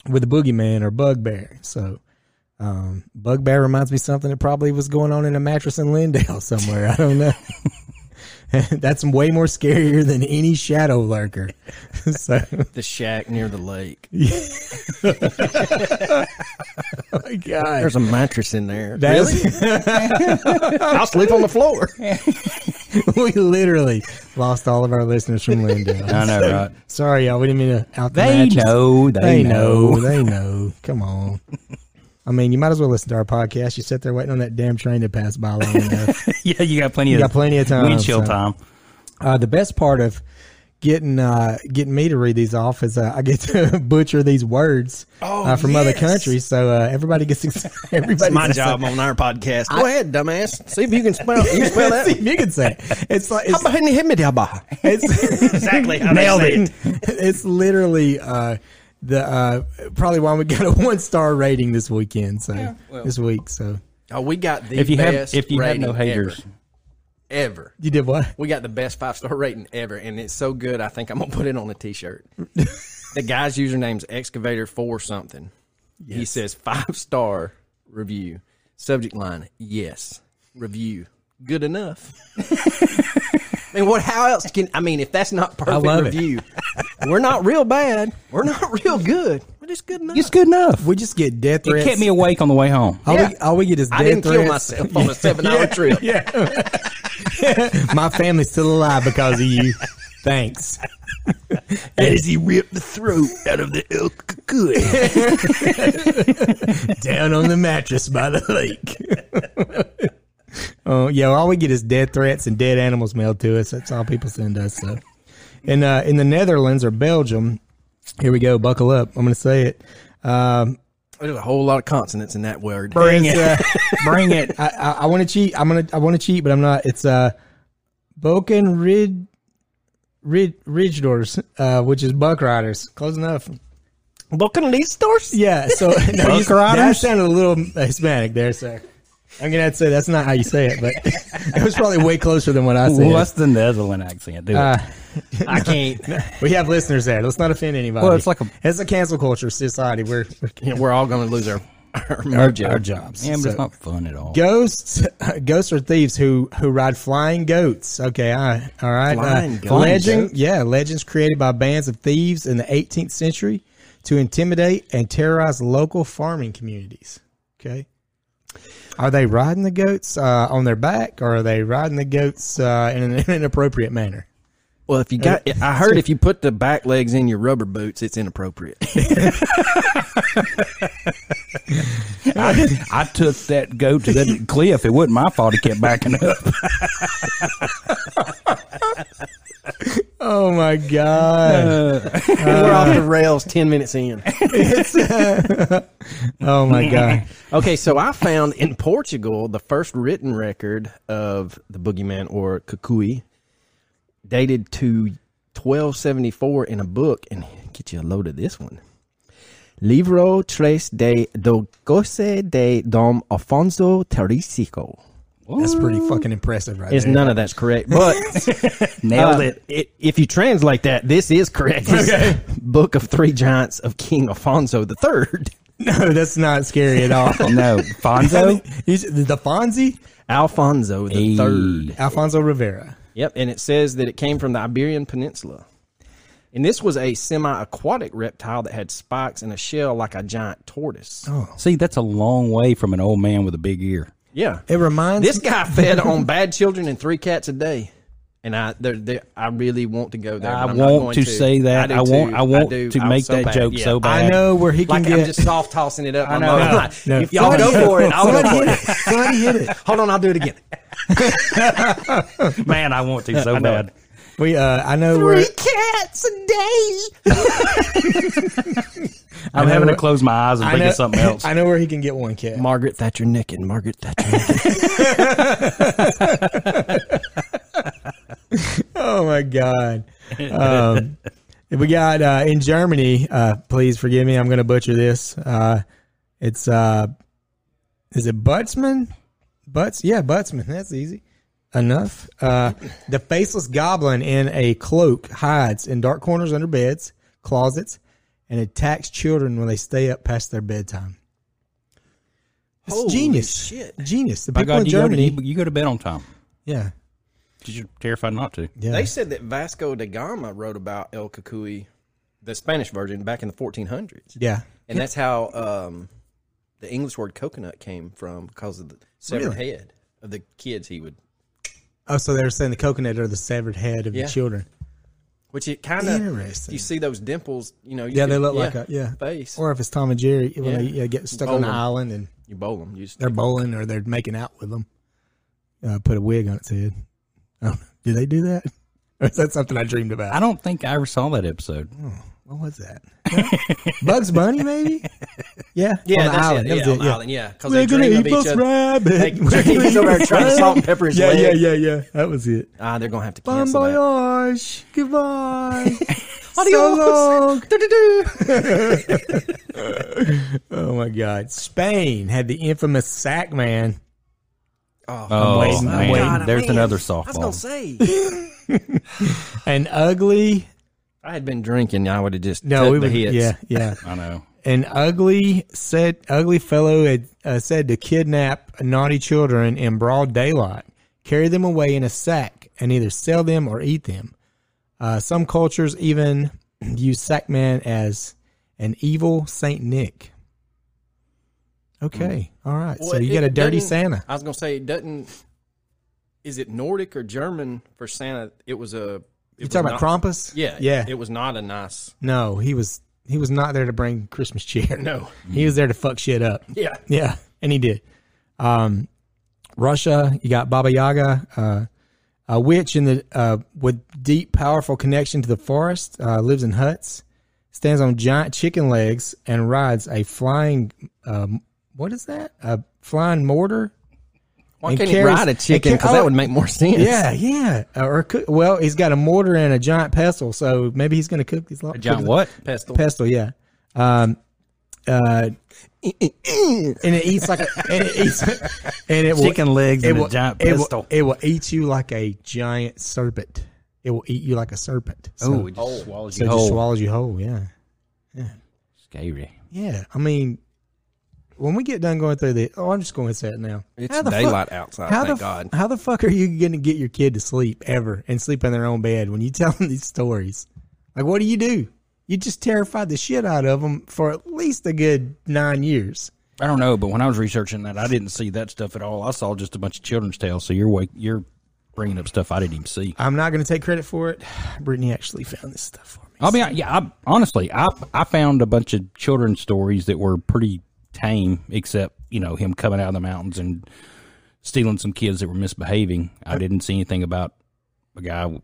[SPEAKER 1] with the boogeyman or bugbear. So. Um, bugbear reminds me something that probably was going on in a mattress in Lindale somewhere. I don't know. That's way more scarier than any shadow lurker. so
[SPEAKER 3] The shack near the lake.
[SPEAKER 1] my god.
[SPEAKER 3] There's a mattress in there.
[SPEAKER 1] That's,
[SPEAKER 3] I'll sleep on the floor.
[SPEAKER 1] we literally lost all of our listeners from Lindale.
[SPEAKER 2] I know, right?
[SPEAKER 1] Sorry, y'all. We didn't mean to out the
[SPEAKER 2] They
[SPEAKER 1] matches.
[SPEAKER 2] know. They,
[SPEAKER 1] They
[SPEAKER 2] know.
[SPEAKER 1] know. They know. Come on. I mean, you might as well listen to our podcast. You sit there waiting on that damn train to pass by long enough.
[SPEAKER 2] yeah, you got plenty
[SPEAKER 1] You
[SPEAKER 2] of
[SPEAKER 1] got plenty of time.
[SPEAKER 2] windshield
[SPEAKER 1] so.
[SPEAKER 2] time.
[SPEAKER 1] Uh, the best part of getting uh, getting me to read these off is uh, I get to butcher these words uh, from other countries. So uh, everybody gets excited. Everybody's
[SPEAKER 3] my
[SPEAKER 1] excited.
[SPEAKER 3] job on our podcast. Go ahead, dumbass. See if you can spell, you can spell
[SPEAKER 1] See
[SPEAKER 3] that.
[SPEAKER 1] if you can say it. It's like it's,
[SPEAKER 3] It's
[SPEAKER 1] it's,
[SPEAKER 3] exactly how nailed it.
[SPEAKER 1] it's literally uh, the uh, probably why we got a one star rating this weekend. So this week, so
[SPEAKER 3] Oh, we got the
[SPEAKER 2] If you have,
[SPEAKER 3] best
[SPEAKER 2] if you have no
[SPEAKER 3] rating
[SPEAKER 2] haters,
[SPEAKER 3] ever, ever.
[SPEAKER 1] you did what?
[SPEAKER 3] We got the best five star rating ever, and it's so good. I think I'm gonna put it on a T-shirt. the guy's username's excavator for something. He says five star review. Subject line: Yes, review. Good enough. I mean, what? How else can I mean? If that's not perfect
[SPEAKER 1] love it.
[SPEAKER 3] review, we're not real bad. We're not real good. We're just good enough.
[SPEAKER 2] it's good enough.
[SPEAKER 1] We just get death
[SPEAKER 2] It
[SPEAKER 1] threats.
[SPEAKER 2] kept me awake on the way home.
[SPEAKER 1] all,
[SPEAKER 3] Yeah.
[SPEAKER 1] we, all we get is death
[SPEAKER 3] I didn't
[SPEAKER 1] threats.
[SPEAKER 3] kill myself on a seven-hour trip.
[SPEAKER 1] My family's still alive because of you. Thanks.
[SPEAKER 4] As he ripped the throat out of the elk cocoon.
[SPEAKER 1] Down on the mattress by the lake. Oh yeah, all we get is death threats and dead animals mailed to us. That's all people send us. So, in uh, in the Netherlands or Belgium, here we go. Buckle up. I'm going to say it.
[SPEAKER 3] There's a whole lot of consonants in that word.
[SPEAKER 2] Bring
[SPEAKER 1] It's,
[SPEAKER 2] it.
[SPEAKER 1] uh,
[SPEAKER 2] Bring it.
[SPEAKER 1] I, I, I want to cheat. I'm gonna. I want to cheat, but I'm not. It's uh, Boken Rid, Rid Ridgedors, uh, which is Buck Riders. Close enough.
[SPEAKER 3] Looking at these stores.
[SPEAKER 1] Yeah. So no,
[SPEAKER 2] Buck
[SPEAKER 1] you- That
[SPEAKER 2] Riders?
[SPEAKER 1] sounded a little Hispanic there, sir. I'm gonna have to say that's not how you say it, but it was probably way closer than what I said.
[SPEAKER 2] Well, that's the Netherlands accent, dude.
[SPEAKER 1] Uh,
[SPEAKER 3] I can't.
[SPEAKER 1] we have listeners there. Let's not offend anybody.
[SPEAKER 2] Well, it's like a-
[SPEAKER 1] it's a cancel culture society. We're, we're
[SPEAKER 3] Yeah, we're all going to lose our our,
[SPEAKER 1] our,
[SPEAKER 3] mojo.
[SPEAKER 1] our jobs.
[SPEAKER 2] yeah, but
[SPEAKER 1] So-
[SPEAKER 2] it's not fun at all.
[SPEAKER 1] Ghosts, ghosts are thieves who who ride flying goats. Okay, all right, all right. uh,
[SPEAKER 3] Flying goats.
[SPEAKER 1] Legend, yeah, legends created by bands of thieves in the 18th century to intimidate and terrorize local farming communities. Okay, are they riding the goats uh, on their back, or are they riding the goats uh, in an inappropriate manner?
[SPEAKER 3] Well, if you got, I heard if you put the back legs in your rubber boots, it's inappropriate.
[SPEAKER 2] I, I took that goat to that cliff. It wasn't my fault. He kept backing up.
[SPEAKER 1] Oh my god.
[SPEAKER 3] We're off the rails ten minutes in.
[SPEAKER 1] Oh my god.
[SPEAKER 3] Okay, so I found in Portugal the first written record of the boogeyman or Kukui, dated to 1274 in a book, and get you a load of this one. Livro tres de do goce de Dom Afonso Teresico.
[SPEAKER 1] That's pretty fucking impressive, right
[SPEAKER 3] It's
[SPEAKER 1] there.
[SPEAKER 3] none of that's correct, but
[SPEAKER 2] Nailed
[SPEAKER 3] uh,
[SPEAKER 2] it.
[SPEAKER 3] it- If you translate that, this is correct. Book of Three Giants of King Afonso the Third.
[SPEAKER 1] no, that's not scary at all.
[SPEAKER 2] No, Fonzo.
[SPEAKER 1] He's the Fonzie,
[SPEAKER 3] Alfonso the
[SPEAKER 2] Hey.
[SPEAKER 3] Third.
[SPEAKER 1] Alfonso Rivera.
[SPEAKER 3] Yep, and it says that it came from the Iberian Peninsula. And this was a semi aquatic reptile that had spikes and a shell like a giant tortoise.
[SPEAKER 2] See, that's a long way from an old man with a big ear.
[SPEAKER 3] Yeah.
[SPEAKER 1] It reminds
[SPEAKER 3] This guy fed on bad children and three cats a day. And I there there I really want to go there.
[SPEAKER 2] I
[SPEAKER 3] but I'm not
[SPEAKER 2] want
[SPEAKER 3] going
[SPEAKER 2] to say that.
[SPEAKER 3] do
[SPEAKER 2] I want.
[SPEAKER 3] too.
[SPEAKER 2] I want
[SPEAKER 3] do.
[SPEAKER 2] to
[SPEAKER 3] I'm
[SPEAKER 2] make
[SPEAKER 3] so
[SPEAKER 2] that
[SPEAKER 3] bad.
[SPEAKER 2] joke
[SPEAKER 3] Yeah.
[SPEAKER 2] so bad.
[SPEAKER 1] I know where he can
[SPEAKER 3] Like
[SPEAKER 1] get
[SPEAKER 3] I'm just soft tossing it up. I
[SPEAKER 2] know.
[SPEAKER 3] know.
[SPEAKER 1] No.
[SPEAKER 3] If y'all go for it, I'll go for it.
[SPEAKER 1] somebody hit it.
[SPEAKER 3] Hold on, I'll do it again.
[SPEAKER 2] man. I want to so bad.
[SPEAKER 1] We uh I know where
[SPEAKER 3] cats a day.
[SPEAKER 2] I'm
[SPEAKER 1] know
[SPEAKER 2] having to
[SPEAKER 1] what-
[SPEAKER 2] close my eyes and
[SPEAKER 1] I
[SPEAKER 2] think
[SPEAKER 1] know,
[SPEAKER 2] of something else.
[SPEAKER 1] I know where he can get one cat.
[SPEAKER 3] Margaret Thatcher naked. Margaret Thatcher naked.
[SPEAKER 1] Oh my god. Um, we got uh, in Germany. Uh, please forgive me. I'm going to butcher this. Uh, it's uh, is it Butzman? Butz? Yeah, Butzman. That's easy enough. Uh, the faceless goblin in a cloak hides in dark corners under beds, closets, and attacks children when they stay up past their bedtime. It's
[SPEAKER 3] Holy
[SPEAKER 1] genius.
[SPEAKER 3] shit.
[SPEAKER 1] Genius. The
[SPEAKER 2] My
[SPEAKER 1] people
[SPEAKER 2] God,
[SPEAKER 1] in
[SPEAKER 2] you go, to,
[SPEAKER 1] Germany.
[SPEAKER 2] you, you go to bed on time.
[SPEAKER 1] yeah.
[SPEAKER 2] 'Cause You're terrified not to.
[SPEAKER 1] Yeah.
[SPEAKER 3] They said that Vasco da Gama wrote about El Cucuy, the Spanish version, back in the 1400s,
[SPEAKER 1] yeah.
[SPEAKER 3] and that's how um, the English word coconut came from because of the severed
[SPEAKER 1] Really?
[SPEAKER 3] head of the kids he would,
[SPEAKER 1] Oh, so they were saying the coconut or the severed head of
[SPEAKER 3] Yeah.
[SPEAKER 1] the children.
[SPEAKER 3] which it kind of
[SPEAKER 1] Interesting.
[SPEAKER 3] you see those dimples, you know, you
[SPEAKER 1] Yeah,
[SPEAKER 3] could-
[SPEAKER 1] they look like a yeah
[SPEAKER 3] face.
[SPEAKER 1] Or if it's Tom and Jerry, when
[SPEAKER 3] Yeah.
[SPEAKER 1] they yeah, get stuck on the
[SPEAKER 3] Bowling.
[SPEAKER 1] island and
[SPEAKER 3] you bowl them, you just,
[SPEAKER 1] they're bowling or they're making out with them, uh, put a wig on its head. Oh, do they do that? Or is that something I dreamed about?
[SPEAKER 2] I don't think I ever saw that episode.
[SPEAKER 1] what was that? Bugs Bunny, maybe? Yeah, on
[SPEAKER 3] yeah,
[SPEAKER 1] the
[SPEAKER 3] that's
[SPEAKER 1] island.
[SPEAKER 3] it,
[SPEAKER 1] That
[SPEAKER 3] yeah,
[SPEAKER 1] was
[SPEAKER 3] on
[SPEAKER 1] it,
[SPEAKER 3] the island, yeah, because
[SPEAKER 1] We're
[SPEAKER 3] they
[SPEAKER 1] gonna
[SPEAKER 3] dream of
[SPEAKER 1] eat
[SPEAKER 3] each
[SPEAKER 1] this
[SPEAKER 3] other.
[SPEAKER 1] rabbit.
[SPEAKER 3] They- he's over there trying to salt and pepper his
[SPEAKER 1] yeah,
[SPEAKER 3] leg.
[SPEAKER 1] yeah, yeah, yeah. That was it.
[SPEAKER 3] Ah, they're gonna have to
[SPEAKER 1] Bon
[SPEAKER 3] cancel that.
[SPEAKER 1] voyage. Goodbye.
[SPEAKER 3] Adios.
[SPEAKER 1] oh my God! Spain had the infamous sack man.
[SPEAKER 3] Oh,
[SPEAKER 2] Oh,
[SPEAKER 1] waiting, I'm
[SPEAKER 2] man.
[SPEAKER 1] waiting.
[SPEAKER 2] There's
[SPEAKER 3] man.
[SPEAKER 2] another
[SPEAKER 3] I was gonna
[SPEAKER 2] softball.
[SPEAKER 3] say,
[SPEAKER 1] An ugly
[SPEAKER 3] I had been drinking, I would have just
[SPEAKER 1] no,
[SPEAKER 3] took
[SPEAKER 1] we
[SPEAKER 3] the
[SPEAKER 1] would
[SPEAKER 3] hits.
[SPEAKER 1] yeah, yeah.
[SPEAKER 2] I know.
[SPEAKER 1] An ugly said ugly fellow had uh, said to kidnap naughty children in broad daylight, carry them away in a sack, and either sell them or eat them. Uh, some cultures even use sack man as an evil Saint Nick. Okay, all right. so
[SPEAKER 3] Hmm. Well,
[SPEAKER 1] you
[SPEAKER 3] it
[SPEAKER 1] got a dirty
[SPEAKER 3] doesn't-
[SPEAKER 1] Santa.
[SPEAKER 3] I was gonna say it doesn't. Is it Nordic or German for Santa? It was a.
[SPEAKER 1] You talking about Krampus?
[SPEAKER 3] Yeah,
[SPEAKER 1] yeah.
[SPEAKER 3] It was not a nice.
[SPEAKER 1] No, he was he was not there to bring Christmas cheer.
[SPEAKER 3] No.
[SPEAKER 1] he was there to fuck shit up.
[SPEAKER 3] Yeah,
[SPEAKER 1] Yeah, and he did. Um, Russia, you got Baba Yaga, uh, a witch in the uh, with deep, powerful connection to the forest, uh, lives in huts, stands on giant chicken legs, and rides a flying. Um, what is that? A flying mortar?
[SPEAKER 3] why
[SPEAKER 1] And
[SPEAKER 3] can't
[SPEAKER 1] carries-
[SPEAKER 3] he ride a
[SPEAKER 1] and
[SPEAKER 3] chicken?
[SPEAKER 1] car-
[SPEAKER 3] Because
[SPEAKER 1] oh.
[SPEAKER 3] that would make more sense.
[SPEAKER 1] Yeah, yeah. Uh, or cook, well, he's got a mortar and a giant pestle, so maybe he's going to cook these. A
[SPEAKER 2] John, what?
[SPEAKER 3] pestle.
[SPEAKER 1] pestle, yeah. Um, uh, and it eats like a and it eats and it will,
[SPEAKER 2] Chicken legs
[SPEAKER 1] it
[SPEAKER 2] and a
[SPEAKER 1] will-
[SPEAKER 2] giant
[SPEAKER 1] it will-
[SPEAKER 2] pistol.
[SPEAKER 1] It will eat you like a giant serpent. It will eat you like a serpent. So,
[SPEAKER 2] Oh, it just swallows
[SPEAKER 1] so
[SPEAKER 2] you
[SPEAKER 1] it just
[SPEAKER 2] whole.
[SPEAKER 1] swallows you whole. Yeah,
[SPEAKER 2] Scary.
[SPEAKER 1] yeah. I mean, when we get done going through the, oh, I'm just going to say it now.
[SPEAKER 2] Oh,
[SPEAKER 3] It's
[SPEAKER 1] How the fuck-
[SPEAKER 3] daylight outside.
[SPEAKER 1] How
[SPEAKER 3] thank
[SPEAKER 1] the f-
[SPEAKER 3] God.
[SPEAKER 1] how the fuck are you going to get your kid to sleep ever and sleep in their own bed when you tell them these stories? Like, what do you do? You just terrified the shit out of them for at least a good nine years.
[SPEAKER 2] I don't know, but when I was researching that, I didn't see that stuff at all. I saw just a bunch of children's tales. So you're wa- you're bringing up stuff I didn't even see.
[SPEAKER 1] I'm not going to take credit for it. Brittany actually found this stuff for me.
[SPEAKER 2] I'll be hon- yeah. I, honestly, I I found a bunch of children's stories that were pretty tame, except you know him coming out of the mountains and stealing some kids that were misbehaving. I didn't see anything about a guy with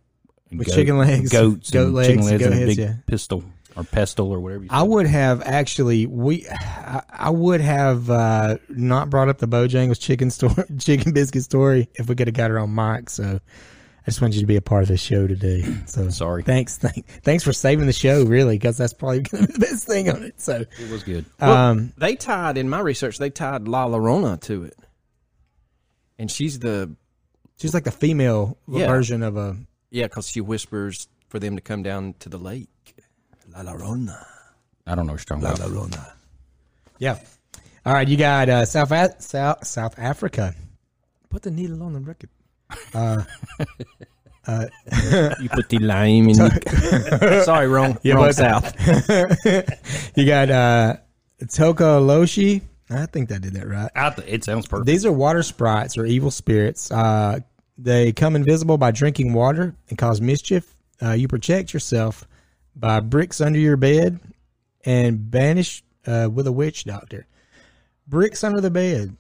[SPEAKER 2] goat-
[SPEAKER 1] chicken legs,
[SPEAKER 2] goats,
[SPEAKER 1] goat
[SPEAKER 2] and
[SPEAKER 1] legs,
[SPEAKER 2] chicken
[SPEAKER 1] and
[SPEAKER 2] legs,
[SPEAKER 1] goat
[SPEAKER 2] and, a
[SPEAKER 1] heads,
[SPEAKER 2] big
[SPEAKER 1] yeah.
[SPEAKER 2] pistol or pestle or whatever. You
[SPEAKER 1] I would have actually we I, I would have uh, not brought up the Bojangles chicken story, chicken biscuit story if we could have got her on mic. So I just want you to be a part of the show today. So
[SPEAKER 2] Sorry.
[SPEAKER 1] thanks, thank, thanks for saving the show, really, because that's probably gonna be the best thing on it. So
[SPEAKER 2] it was good.
[SPEAKER 3] Well,
[SPEAKER 1] um,
[SPEAKER 3] they tied in my research. They tied La Llorona to it, and she's the
[SPEAKER 1] she's like the female
[SPEAKER 3] Yeah.
[SPEAKER 1] version of a
[SPEAKER 3] yeah because she whispers for them to come down to the lake. La Llorona.
[SPEAKER 2] I don't know what you're talking about.
[SPEAKER 3] Llorona.
[SPEAKER 1] yeah. All right, you got uh, South A- South South Africa. Put the needle on the record.
[SPEAKER 3] You put the lime in. your- Sorry, wrong. wrong
[SPEAKER 1] but-
[SPEAKER 3] south.
[SPEAKER 1] You got uh, Toka Loshi. I think I did that right.
[SPEAKER 2] I th- it sounds perfect.
[SPEAKER 1] These are water sprites or evil spirits. Uh, they come invisible by drinking water and cause mischief. Uh, you protect yourself by bricks under your bed and banish uh, with a witch doctor. Bricks under the bed.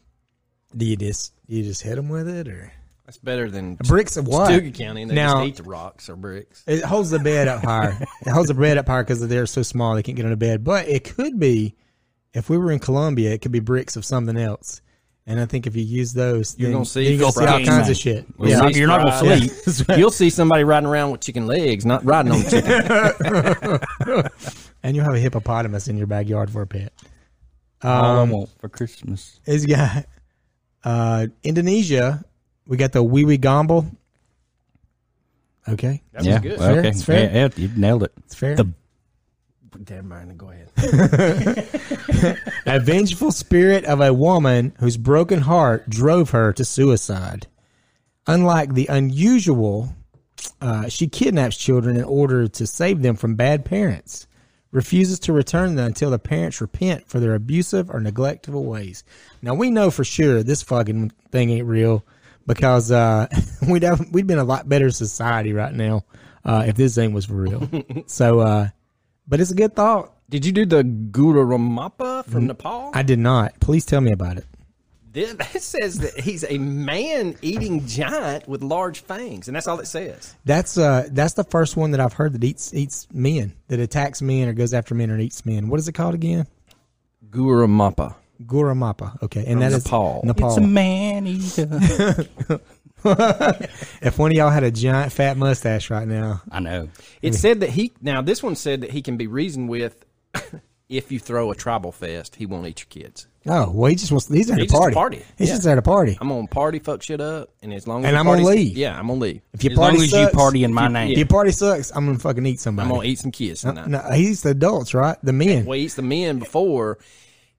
[SPEAKER 1] Do you just you just hit them with it or
[SPEAKER 3] That's better than
[SPEAKER 1] bricks of what?
[SPEAKER 3] Stuga County. They
[SPEAKER 1] Now-
[SPEAKER 3] just eat the rocks or bricks.
[SPEAKER 1] It holds the bed up higher. it holds the bed up higher because they're so small they can't get on a bed. But it could be, if we were in Colombia, it could be bricks of something else. And I think if you use those,
[SPEAKER 3] You're
[SPEAKER 1] then
[SPEAKER 3] gonna see
[SPEAKER 1] you're gonna see all
[SPEAKER 3] fried-
[SPEAKER 1] kinds of shit.
[SPEAKER 2] Well, you're not- you're not gonna
[SPEAKER 1] Yeah.
[SPEAKER 2] sleep.
[SPEAKER 3] You'll see somebody riding around with chicken legs, not riding on chicken.
[SPEAKER 1] and you'll have a hippopotamus in your backyard for a pet.
[SPEAKER 2] All I
[SPEAKER 1] Um,
[SPEAKER 2] want for Christmas.
[SPEAKER 1] It's got uh, Indonesia. We got the wee wee gomble. Okay,
[SPEAKER 3] That
[SPEAKER 2] yeah,
[SPEAKER 3] was good.
[SPEAKER 2] well,
[SPEAKER 1] Fair,
[SPEAKER 2] okay,
[SPEAKER 1] it's fair.
[SPEAKER 2] Yeah, yeah, you nailed it.
[SPEAKER 1] it's fair.
[SPEAKER 2] The-
[SPEAKER 3] Never mind. Go ahead.
[SPEAKER 1] a vengeful spirit of a woman whose broken heart drove her to suicide. Unlike the unusual, uh, she kidnaps children in order to save them from bad parents, refuses to return them until the parents repent for their abusive or neglectful ways. Now, we know for sure this fucking thing ain't real because uh, we'd, have, we'd been a lot better society right now uh, if this thing was for real. so, uh, but it's a good thought.
[SPEAKER 3] Did you do the Gururamapa from Nepal?
[SPEAKER 1] I did not. Please tell me about it.
[SPEAKER 3] This- That says that he's a man-eating giant with large fangs, and that's all it says.
[SPEAKER 1] That's uh that's the first one that I've heard that eats eats men, that attacks men or goes after men or eats men. What is it called again?
[SPEAKER 3] Gururamapa.
[SPEAKER 1] Guramapa. Okay. And that is
[SPEAKER 3] Nepal.
[SPEAKER 1] Nepal.
[SPEAKER 2] It's a man eater.
[SPEAKER 1] if one of y'all had a giant fat mustache right now.
[SPEAKER 2] I know.
[SPEAKER 3] It said that he. Now this one said that he can be reasoned with. if you throw a tribal fest, he won't eat your kids.
[SPEAKER 1] Oh, well he just wants he's at a
[SPEAKER 3] He's just
[SPEAKER 1] party.
[SPEAKER 3] party.
[SPEAKER 1] He's
[SPEAKER 3] Yeah.
[SPEAKER 1] just at a party.
[SPEAKER 3] I'm gonna party, fuck shit up, and as long as
[SPEAKER 1] And
[SPEAKER 3] the
[SPEAKER 1] I'm gonna
[SPEAKER 3] party's-
[SPEAKER 1] leave.
[SPEAKER 3] Yeah, I'm gonna leave.
[SPEAKER 1] If your
[SPEAKER 2] As long
[SPEAKER 1] party
[SPEAKER 2] as you
[SPEAKER 1] sucks,
[SPEAKER 2] party in my name,
[SPEAKER 1] if your party sucks, I'm gonna fucking eat somebody.
[SPEAKER 3] I'm gonna eat some kids tonight.
[SPEAKER 1] no, he eats the adults, right? The men.
[SPEAKER 3] Well, he eats the men before,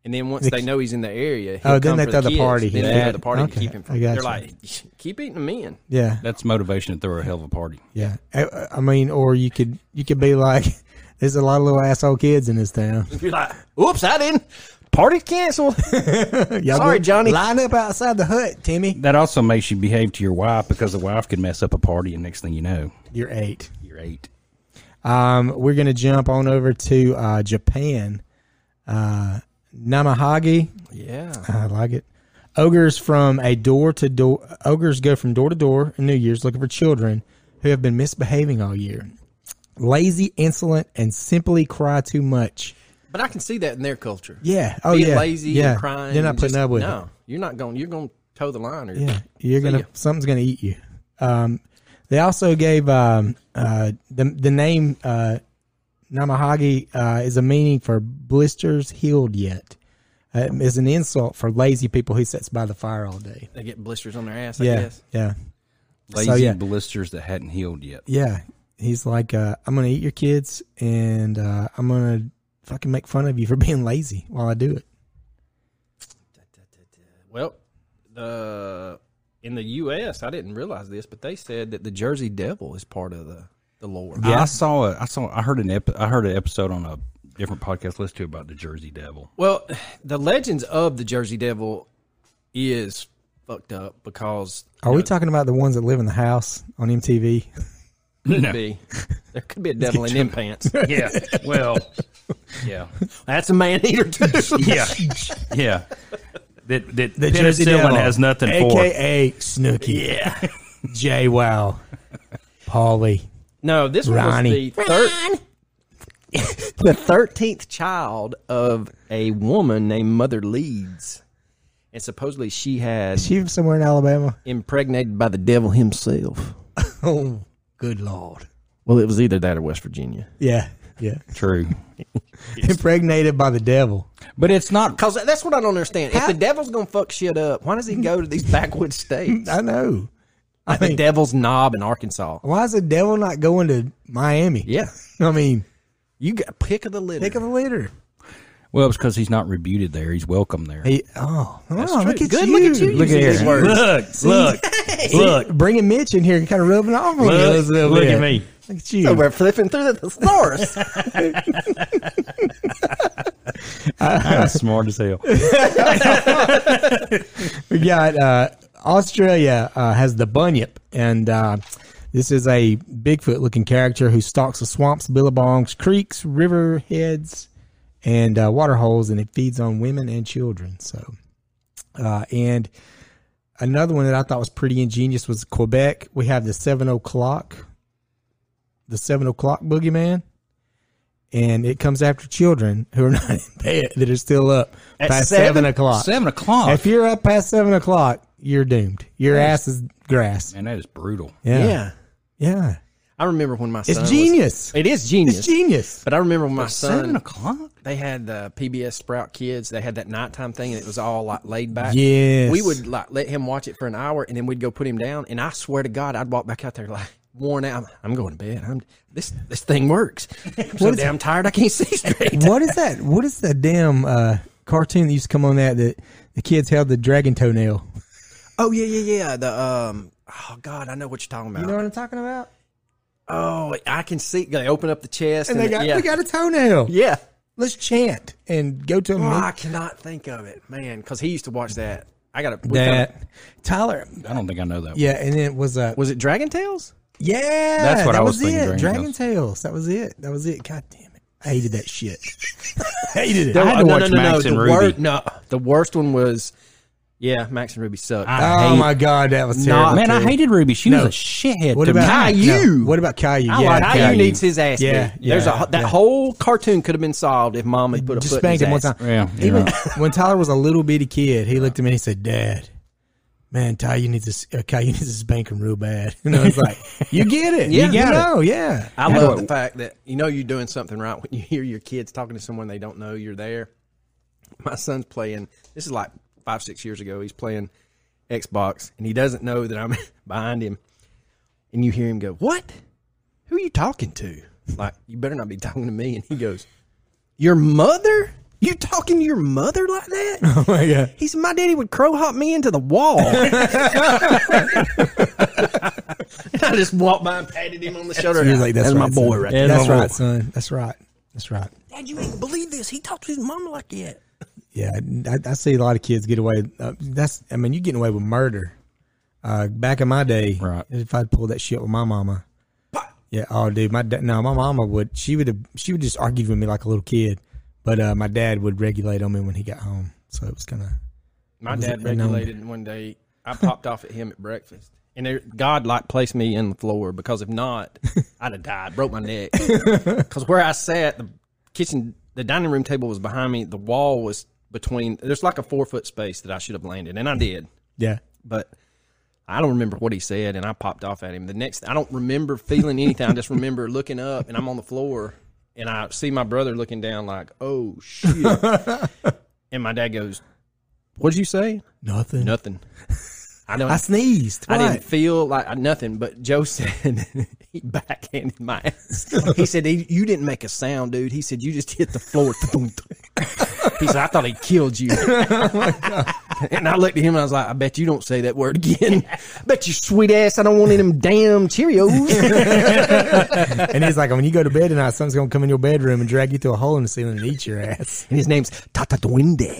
[SPEAKER 3] and then once they know he's in the area, he'll
[SPEAKER 1] Oh, then
[SPEAKER 3] come
[SPEAKER 1] they
[SPEAKER 3] for
[SPEAKER 1] throw the
[SPEAKER 3] kids.
[SPEAKER 1] party.
[SPEAKER 3] Then they
[SPEAKER 1] Yeah.
[SPEAKER 3] throw the party to
[SPEAKER 1] Okay,
[SPEAKER 3] keep him.
[SPEAKER 1] I
[SPEAKER 3] From,
[SPEAKER 1] gotcha.
[SPEAKER 3] they're like, keep eating the men.
[SPEAKER 1] Yeah.
[SPEAKER 2] that's motivation to throw a hell of a party.
[SPEAKER 1] Yeah. I, I mean, or you could you could be like, There's a lot of little asshole kids in this town.
[SPEAKER 3] You're like, oops, I didn't. Party canceled.
[SPEAKER 1] Y'all
[SPEAKER 3] Sorry,
[SPEAKER 1] go
[SPEAKER 3] Johnny.
[SPEAKER 1] Line up outside the hut, Timmy.
[SPEAKER 2] That also makes you behave to your wife because the wife could mess up a party, and next thing you know,
[SPEAKER 1] You're eight.
[SPEAKER 2] you're eight.
[SPEAKER 1] Um, we're going to jump on over to uh, Japan. Uh, Namahagi,
[SPEAKER 3] yeah.
[SPEAKER 1] I like it. Ogres from a door to door. Ogres go from door to door in New Year's looking for children who have been misbehaving all year, lazy, insolent, and simply cry too much.
[SPEAKER 3] But I can see that in their culture.
[SPEAKER 1] Yeah. Oh
[SPEAKER 3] Being
[SPEAKER 1] yeah.
[SPEAKER 3] lazy
[SPEAKER 1] yeah.
[SPEAKER 3] and crying.
[SPEAKER 1] They're not
[SPEAKER 3] and
[SPEAKER 1] putting
[SPEAKER 3] just-
[SPEAKER 1] up with
[SPEAKER 3] No, you're not going. You're going to toe the line. Or,
[SPEAKER 1] it. Yeah. You're gonna
[SPEAKER 3] ya.
[SPEAKER 1] something's gonna eat you. Um, they also gave um, uh, the the name uh, Namahagi uh, is a meaning for blisters healed yet. Uh, is an insult for lazy people who sits by the fire all day.
[SPEAKER 3] They get blisters on their ass, I
[SPEAKER 1] Yeah,
[SPEAKER 3] guess.
[SPEAKER 1] yeah,
[SPEAKER 2] Lazy
[SPEAKER 1] yeah.
[SPEAKER 2] blisters that hadn't healed yet.
[SPEAKER 1] yeah. He's like, uh, I'm gonna eat your kids, and uh, I'm gonna fucking make fun of you for being lazy while I do it.
[SPEAKER 3] Well, the in the U.S., I didn't realize this, but they said that the Jersey Devil is part of the, the lore.
[SPEAKER 2] Yeah, I saw a, I saw I heard an ep, I heard an episode on a different podcast list too about the Jersey Devil.
[SPEAKER 3] Well, the legends of the Jersey Devil is fucked up because
[SPEAKER 1] Are we talking about the ones that live in the house on MTV?
[SPEAKER 3] could
[SPEAKER 2] No.
[SPEAKER 3] be there could be a devil in them pants.
[SPEAKER 2] Yeah. Well. Yeah.
[SPEAKER 3] That's a man eater too.
[SPEAKER 2] Yeah. Yeah. That that
[SPEAKER 1] The Jersey
[SPEAKER 2] penicillin
[SPEAKER 1] Devil,
[SPEAKER 2] has nothing for.
[SPEAKER 1] AKA Snooky. Yeah. Jay Wow. Paulie.
[SPEAKER 3] No, this one
[SPEAKER 1] Ronnie.
[SPEAKER 3] was the thir- the thirteenth child of a woman named Mother Leeds, and supposedly she had
[SPEAKER 1] She from somewhere in Alabama?
[SPEAKER 3] impregnated by the devil himself.
[SPEAKER 1] Oh, good lord.
[SPEAKER 3] Well, it was either that or West Virginia.
[SPEAKER 1] Yeah. Yeah.
[SPEAKER 2] True.
[SPEAKER 1] Impregnated by the devil.
[SPEAKER 2] But it's not.
[SPEAKER 3] Cause that's what I don't understand. If the devil's gonna fuck shit up, why does he go to these backwoods states?
[SPEAKER 1] I know. I
[SPEAKER 3] the
[SPEAKER 1] mean,
[SPEAKER 3] devil's knob in Arkansas.
[SPEAKER 1] why is the devil not going to Miami?
[SPEAKER 3] Yeah,
[SPEAKER 1] I mean,
[SPEAKER 3] you got pick of the litter.
[SPEAKER 1] pick up a litter.
[SPEAKER 2] Well, it's because he's not rebuted there. He's welcome there.
[SPEAKER 1] He, oh, oh look
[SPEAKER 3] true.
[SPEAKER 1] at
[SPEAKER 3] Good,
[SPEAKER 1] you.
[SPEAKER 3] look at you
[SPEAKER 1] Look
[SPEAKER 3] using
[SPEAKER 1] at
[SPEAKER 3] these
[SPEAKER 1] here.
[SPEAKER 3] words.
[SPEAKER 2] Look! Look! Look!
[SPEAKER 1] Bringing Mitch in here, kind of rubbing off on you a
[SPEAKER 2] Look!
[SPEAKER 1] little
[SPEAKER 2] Look
[SPEAKER 1] bit.
[SPEAKER 2] at me.
[SPEAKER 1] Look at you.
[SPEAKER 3] So we're flipping through the source.
[SPEAKER 2] I'm smart as hell.
[SPEAKER 1] We got uh, Australia uh, has the bunyip, and uh, this is a Bigfoot-looking character who stalks the swamps, billabongs, creeks, river heads, and uh, water holes, and it feeds on women and children. So, uh, and another one that I thought was pretty ingenious was Quebec. We have the seven o'clock, the seven o'clock boogeyman. And it comes after children who are not in bed that are still up past seven o'clock.
[SPEAKER 2] Seven o'clock.
[SPEAKER 1] If you're up past seven o'clock, you're doomed. Your ass is grass.
[SPEAKER 2] Man, that is brutal.
[SPEAKER 1] Yeah. Yeah. Yeah.
[SPEAKER 3] I remember when my
[SPEAKER 1] It's
[SPEAKER 3] son was-
[SPEAKER 1] genius.
[SPEAKER 3] it is genius.
[SPEAKER 1] It's genius.
[SPEAKER 3] But I remember when my
[SPEAKER 2] Seven
[SPEAKER 3] son
[SPEAKER 2] o'clock.
[SPEAKER 3] they had the PBS Sprout Kids. They had that nighttime thing, and it was all like laid back.
[SPEAKER 1] Yes.
[SPEAKER 3] we would like let him watch it for an hour, and then we'd go put him down. And I swear to God, I'd walk back out there like worn out. I'm going to bed. I'm this this thing works. I'm so damn tired I can't see straight.
[SPEAKER 1] What is that? What is that damn uh, cartoon that used to come on that that the kids held the dragon toenail?
[SPEAKER 3] oh yeah yeah yeah. The um oh God, I know what you're talking about.
[SPEAKER 1] what I'm talking about?
[SPEAKER 3] oh, I can see. They open up the chest,
[SPEAKER 1] And
[SPEAKER 3] and,
[SPEAKER 1] they
[SPEAKER 3] the-
[SPEAKER 1] got
[SPEAKER 3] yeah.
[SPEAKER 1] we got a toenail.
[SPEAKER 3] yeah.
[SPEAKER 1] Let's chant and go to a
[SPEAKER 3] Oh, I
[SPEAKER 1] meet-
[SPEAKER 3] cannot think of it, man, because he used to watch that. I got to
[SPEAKER 1] that Tyler.
[SPEAKER 2] I don't think I know that.
[SPEAKER 1] Yeah, and then it was uh
[SPEAKER 3] Was it Dragon Tales?
[SPEAKER 1] yeah.
[SPEAKER 2] That's what
[SPEAKER 1] that
[SPEAKER 2] I was thinking,
[SPEAKER 1] It.
[SPEAKER 2] Dragon
[SPEAKER 1] Dragon
[SPEAKER 2] Tales.
[SPEAKER 1] Tales. That was it. That was it. God damn it. I hated that shit. hated it.
[SPEAKER 2] I had to
[SPEAKER 3] Oh, no,
[SPEAKER 2] watch
[SPEAKER 3] no, no,
[SPEAKER 2] Max
[SPEAKER 3] no.
[SPEAKER 2] and
[SPEAKER 3] the
[SPEAKER 2] Ruby.
[SPEAKER 3] wor- no, the worst one was, yeah, Max and Ruby sucked.
[SPEAKER 2] I
[SPEAKER 1] Oh
[SPEAKER 2] hate-
[SPEAKER 1] my god, that was terrible.
[SPEAKER 3] Not-
[SPEAKER 2] Man, I
[SPEAKER 1] too.
[SPEAKER 2] hated Ruby. She was
[SPEAKER 1] No.
[SPEAKER 2] a shithead
[SPEAKER 1] What
[SPEAKER 2] to
[SPEAKER 1] about
[SPEAKER 2] me.
[SPEAKER 3] Caillou.
[SPEAKER 1] No, What about Caillou?
[SPEAKER 2] I
[SPEAKER 1] yeah,
[SPEAKER 2] like
[SPEAKER 3] Caillou
[SPEAKER 2] Caillou.
[SPEAKER 3] needs his ass.
[SPEAKER 1] Yeah,
[SPEAKER 3] beat. there's a
[SPEAKER 1] yeah,
[SPEAKER 3] that
[SPEAKER 1] yeah.
[SPEAKER 3] whole cartoon could have been solved if Mom had put a
[SPEAKER 1] Just
[SPEAKER 3] foot in his
[SPEAKER 1] spanked him one
[SPEAKER 3] ass.
[SPEAKER 1] time.
[SPEAKER 2] Yeah, you're
[SPEAKER 1] Even
[SPEAKER 2] right.
[SPEAKER 1] when Tyler was a little bitty kid, he looked at me and he said, "Dad, man, Caillou needs this. Uh, Caillou needs this spanking real bad." And I was like, "You get it.
[SPEAKER 3] Yeah.
[SPEAKER 1] you
[SPEAKER 3] You got
[SPEAKER 1] know, yeah."
[SPEAKER 3] I
[SPEAKER 2] Yeah.
[SPEAKER 3] love the fact that you know you're doing something right when you hear your kids talking to someone they don't know you're there. My son's playing. This is like five six years ago. He's playing Xbox and he doesn't know that I'm behind him. And you hear him go, "What? Who are you talking to?" Like you better not be talking to me. And he goes, "Your mother? You talking to your mother like that?"
[SPEAKER 1] Oh my god.
[SPEAKER 3] He said, "My daddy would crow hop me into the wall." and I just walked by and patted him on the shoulder.
[SPEAKER 1] He was like, "That's,
[SPEAKER 3] my
[SPEAKER 1] right,
[SPEAKER 3] boy
[SPEAKER 1] son.
[SPEAKER 3] right there.
[SPEAKER 1] That's
[SPEAKER 3] my
[SPEAKER 1] right, son. That's right. That's right."
[SPEAKER 4] Dad, you ain't believe this. He talked to his mama like that.
[SPEAKER 1] Yeah, I, I see a lot of kids get away. Uh, that's, I mean, you getting away with murder. Uh, back in my day,
[SPEAKER 2] Right.
[SPEAKER 1] If I'd pulled that shit with my mama, yeah, oh, dude, my dad. No, my mama would. She would have. She would just argue with me like a little kid. But uh, my dad would regulate on me when he got home, so it was kind of.
[SPEAKER 3] My
[SPEAKER 1] Was
[SPEAKER 3] dad
[SPEAKER 1] it unknown?
[SPEAKER 3] regulated one day. I popped off at him at breakfast, and there, God like placed me in the floor because if not, I'd have died, broke my neck. Because where I sat, the kitchen, the dining room table was behind me. The wall was between. There's like a four foot space that I should have landed, and I did,
[SPEAKER 1] Yeah,
[SPEAKER 3] but. I don't remember what he said, and I popped off at him. The next, I don't remember feeling anything. I just remember looking up, and I'm on the floor, and I see my brother looking down, like, "Oh shit!" and my dad goes, "What'd you say?"
[SPEAKER 1] nothing.
[SPEAKER 3] Nothing. I don't.
[SPEAKER 1] I
[SPEAKER 3] I,
[SPEAKER 1] sneezed. What?
[SPEAKER 3] didn't feel like I- nothing. But Joe said he backhanded my ass. He said "He- you didn't make a sound, dude. He said you just hit the floor. Thunk, thunk." he said I thought he killed you. and I looked at him and I was like, I bet you don't say that word again. bet you sweet ass, I don't want any of them damn Cheerios.
[SPEAKER 1] and he's like, when you go to bed tonight, something's gonna come in your bedroom and drag you through a hole in the ceiling and eat your ass.
[SPEAKER 3] and his name's Tata Duende.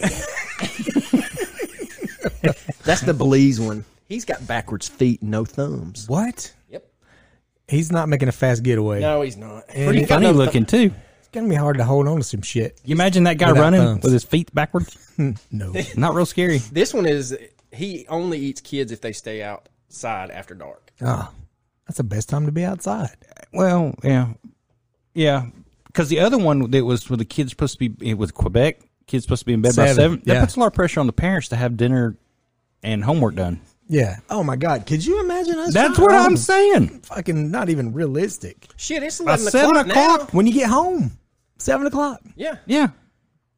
[SPEAKER 3] That's the Belize one. He's got backwards feet, no thumbs.
[SPEAKER 1] What?
[SPEAKER 3] Yep.
[SPEAKER 1] He's not making a fast getaway.
[SPEAKER 3] No, he's not.
[SPEAKER 2] Pretty funny looking too.
[SPEAKER 1] It's gonna be hard to hold on to some shit.
[SPEAKER 2] You imagine that guy
[SPEAKER 1] Without
[SPEAKER 2] running
[SPEAKER 1] thumbs. Hmm.
[SPEAKER 2] with his feet backwards?
[SPEAKER 1] No.
[SPEAKER 2] Not real scary.
[SPEAKER 3] This one is he only eats kids if they stay outside after dark.
[SPEAKER 1] Ah, that's the best time to be outside.
[SPEAKER 2] Well, yeah, yeah. Because the other one that was with the kids supposed to be it was Quebec. Kids supposed to be in bed by
[SPEAKER 1] Seven,
[SPEAKER 2] seven. That
[SPEAKER 1] yeah.
[SPEAKER 2] puts a lot of pressure on the parents to have dinner and homework done.
[SPEAKER 1] Yeah. Oh my God. Could you imagine us?
[SPEAKER 2] That's
[SPEAKER 1] driving
[SPEAKER 2] what I'm
[SPEAKER 1] home?
[SPEAKER 2] saying.
[SPEAKER 1] Fucking not even realistic.
[SPEAKER 3] Shit, it's
[SPEAKER 2] By
[SPEAKER 3] eleven
[SPEAKER 2] seven
[SPEAKER 3] o'clock, now.
[SPEAKER 2] o'clock.
[SPEAKER 1] When you get home, seven o'clock.
[SPEAKER 3] Yeah,
[SPEAKER 2] Yeah.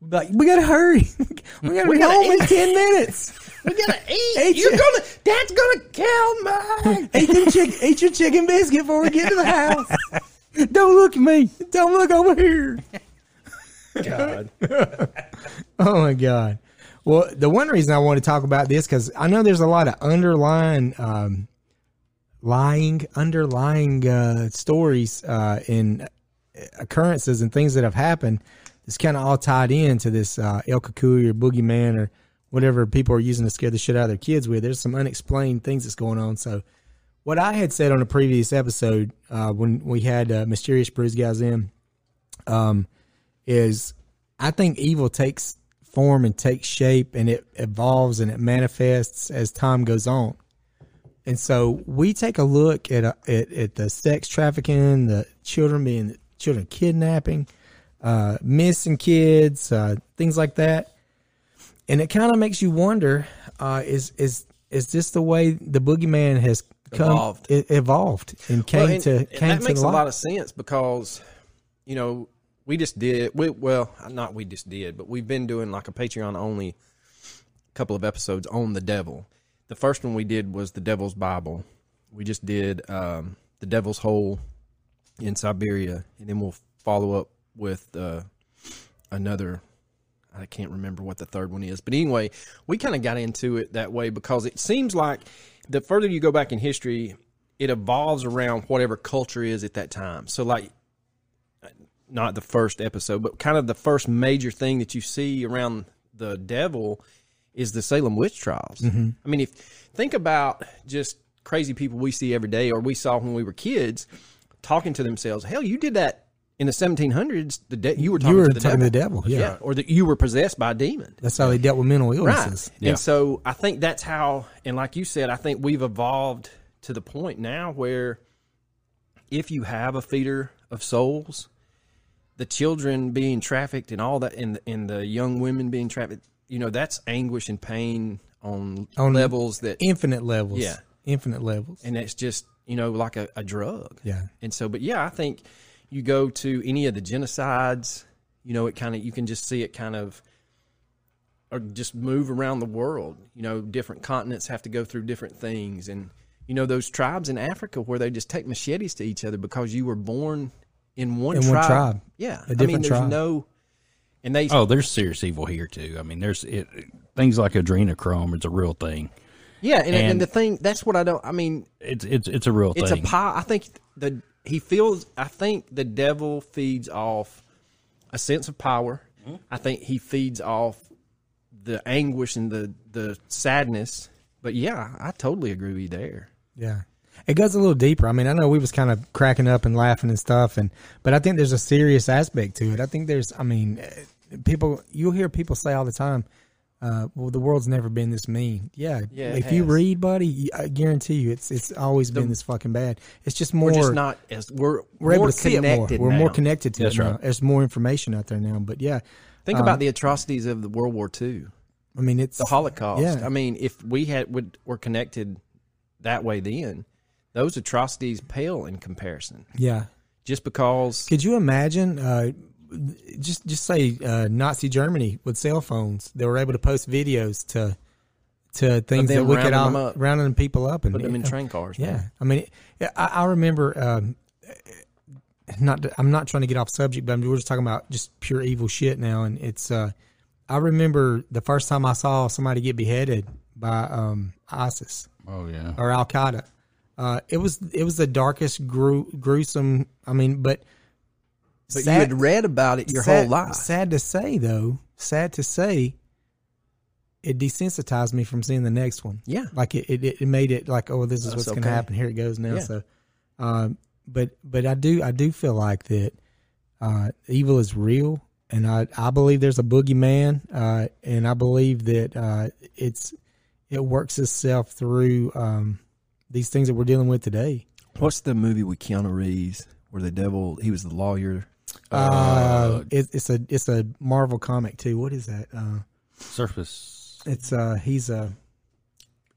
[SPEAKER 1] Like we gotta hurry. we gotta be
[SPEAKER 3] gotta
[SPEAKER 1] home in ten minutes.
[SPEAKER 3] we gotta eat.
[SPEAKER 1] Eight
[SPEAKER 3] You're
[SPEAKER 1] chi-
[SPEAKER 3] gonna. Dad's gonna kill me.
[SPEAKER 1] eat, them chick- eat your chicken biscuit before we get to the house. Don't look at me. Don't look over here.
[SPEAKER 3] God.
[SPEAKER 1] Oh my god. Well, the one reason I want to talk about this because I know there's a lot of underlying, um, lying, underlying uh, stories uh, and occurrences and things that have happened. It's kind of all tied into this uh, El Cucuy or boogeyman or whatever people are using to scare the shit out of their kids with. There's some unexplained things that's going on. So, what I had said on a previous episode uh, when we had uh, mysterious brews guys in is I think evil takes form and takes shape and it evolves and it manifests as time goes on. And so we take a look at uh, at, at the sex trafficking, the children being children kidnapping, uh, missing kids, uh, things like that. And it kind of makes you wonder: uh, is is is this the way the boogeyman has come,
[SPEAKER 3] Evolved.
[SPEAKER 1] e- evolved and came
[SPEAKER 3] Well, and-
[SPEAKER 1] to
[SPEAKER 3] and
[SPEAKER 1] came
[SPEAKER 3] that
[SPEAKER 1] to
[SPEAKER 3] makes
[SPEAKER 1] the
[SPEAKER 3] a
[SPEAKER 1] light?
[SPEAKER 3] lot of sense because you know we just did we well not we just did but we've been doing like a patreon only couple of episodes on the devil the first one we did was the devil's bible we just did um, the devil's hole in siberia and then we'll follow up with uh, another I can't remember what the third one is. But anyway, we kind of got into it that way because it seems like the further you go back in history, it evolves around whatever culture is at that time. So, like, not the first episode, but kind of the first major thing that you see around the devil is the Salem witch trials.
[SPEAKER 1] Mm-hmm.
[SPEAKER 3] I mean, if think about just crazy people we see every day or we saw when we were kids talking to themselves. Hell, you did that in the 1700s. The de- you were talking
[SPEAKER 1] you were
[SPEAKER 3] to the
[SPEAKER 1] talking to the
[SPEAKER 3] devil
[SPEAKER 1] devil, yeah.
[SPEAKER 3] yeah, or that you were possessed by a demon.
[SPEAKER 1] That's how they dealt with mental illnesses.
[SPEAKER 3] Right. And so I think that's how, and like you said, I think we've evolved to the point now where if you have a feeder of souls, the children being trafficked and all that, and, and the young women being trafficked, you know, that's anguish and pain on,
[SPEAKER 1] On-
[SPEAKER 3] levels that,
[SPEAKER 1] infinite levels.
[SPEAKER 3] Yeah.
[SPEAKER 1] Infinite levels.
[SPEAKER 3] and that's just, you know, like a, a drug.
[SPEAKER 1] Yeah.
[SPEAKER 3] And so, but yeah, I think you go to any of the genocides, you know, it kind of, you can just see it kind of, or just move around the world. You know, different continents have to go through different things. And, you know, those tribes in Africa where they just take machetes to each other because you were born in one,
[SPEAKER 1] In one
[SPEAKER 3] tribe.
[SPEAKER 1] tribe.
[SPEAKER 3] Yeah.
[SPEAKER 1] A
[SPEAKER 3] I mean,
[SPEAKER 1] different
[SPEAKER 3] there's
[SPEAKER 1] tribe.
[SPEAKER 3] no, and they,
[SPEAKER 2] Oh, there's serious evil here too. I mean, there's it, things like adrenochrome. It's a real thing.
[SPEAKER 3] yeah. And, and,
[SPEAKER 2] and-
[SPEAKER 3] the thing, that's what I don't, I mean,
[SPEAKER 2] It's it's it's a real
[SPEAKER 3] it's
[SPEAKER 2] thing.
[SPEAKER 3] a pie. I think the, he feels, I think the devil feeds off a sense of power. I think he feeds off the anguish and the, the sadness. But yeah, I totally agree with you there.
[SPEAKER 1] Yeah. It goes a little deeper. I mean, I know we was kind of cracking up and laughing and stuff, and but I think there's a serious aspect to it. I think there's, I mean, eh, people you'll hear people say all the time, uh, "Well, the world's never been this mean." Yeah,
[SPEAKER 3] Yeah, it
[SPEAKER 1] If you
[SPEAKER 3] has.
[SPEAKER 1] read, buddy, you- I guarantee you, it's it's always been this fucking bad. It's just more
[SPEAKER 3] we're just not as we're
[SPEAKER 1] we're
[SPEAKER 3] more
[SPEAKER 1] able to see it more.
[SPEAKER 3] connected
[SPEAKER 1] We're more
[SPEAKER 3] now.
[SPEAKER 1] connected to it now. There's more information out there now. But yeah,
[SPEAKER 3] Think about the atrocities of the World War II,
[SPEAKER 1] I mean, it's
[SPEAKER 3] the Holocaust.
[SPEAKER 1] uh, Yeah.
[SPEAKER 3] I mean, if we had would were connected that way, then those atrocities pale in comparison.
[SPEAKER 1] yeah.
[SPEAKER 3] Just because
[SPEAKER 1] Could you imagine? Uh, just just say uh, Nazi Germany with cell phones. They were able to post videos to to things
[SPEAKER 3] them
[SPEAKER 1] that we could
[SPEAKER 3] rounding them
[SPEAKER 1] all
[SPEAKER 3] up.
[SPEAKER 1] rounding people up and
[SPEAKER 3] put them in
[SPEAKER 1] yeah.
[SPEAKER 3] train cars,
[SPEAKER 1] Yeah,
[SPEAKER 3] man.
[SPEAKER 1] I mean, I, I remember. Um, not I'm not trying to get off subject, but I'm, we're just talking about just pure evil shit now, and it's. Uh, I remember the first time I saw somebody get beheaded by um, ISIS
[SPEAKER 2] oh yeah.
[SPEAKER 1] or Al Qaeda. Uh, it was it was the darkest, gru- gruesome. I mean, but
[SPEAKER 3] but
[SPEAKER 1] sad-
[SPEAKER 3] you had read about it your
[SPEAKER 1] sad,
[SPEAKER 3] whole life.
[SPEAKER 1] Sad to say, though, sad to say, it desensitized me from seeing the next one.
[SPEAKER 3] Yeah.
[SPEAKER 1] like it it, it made it like oh this is what's going to
[SPEAKER 3] okay.
[SPEAKER 1] happen here it goes now.
[SPEAKER 3] Yeah.
[SPEAKER 1] So, um, but but I do I do feel like that uh, evil is real, and I I believe there's a boogeyman, uh, and I believe that uh, it's it works itself through um, these things that we're dealing with today.
[SPEAKER 3] What's the movie with Keanu Reeves where the devil? He was the lawyer.
[SPEAKER 1] Uh, it, it's a it's a Marvel comic too. What is that? Uh,
[SPEAKER 2] Surface.
[SPEAKER 1] It's uh he's a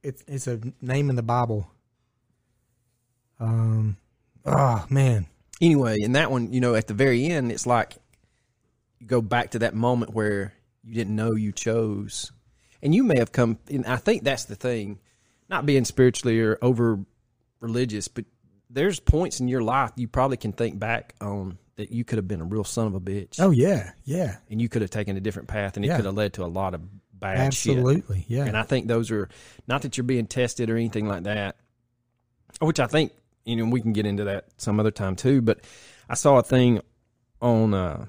[SPEAKER 1] it's it's a name in the Bible. Um oh man.
[SPEAKER 3] Anyway, in that one, you know, at the very end, it's like you go back to that moment where you didn't know you chose, and you may have come. And I think that's the thing, not being spiritually or over religious, but there's points in your life you probably can think back on that you could have been a real son of a bitch,
[SPEAKER 1] Oh yeah, yeah.
[SPEAKER 3] and you could have taken a different path, and it
[SPEAKER 1] Yeah.
[SPEAKER 3] could have led to a lot of bad shit.
[SPEAKER 1] Absolutely. Yeah.
[SPEAKER 3] And I think those are not that you're being tested or anything like that, which I think, you know, we can get into that some other time too. But I saw a thing on, uh,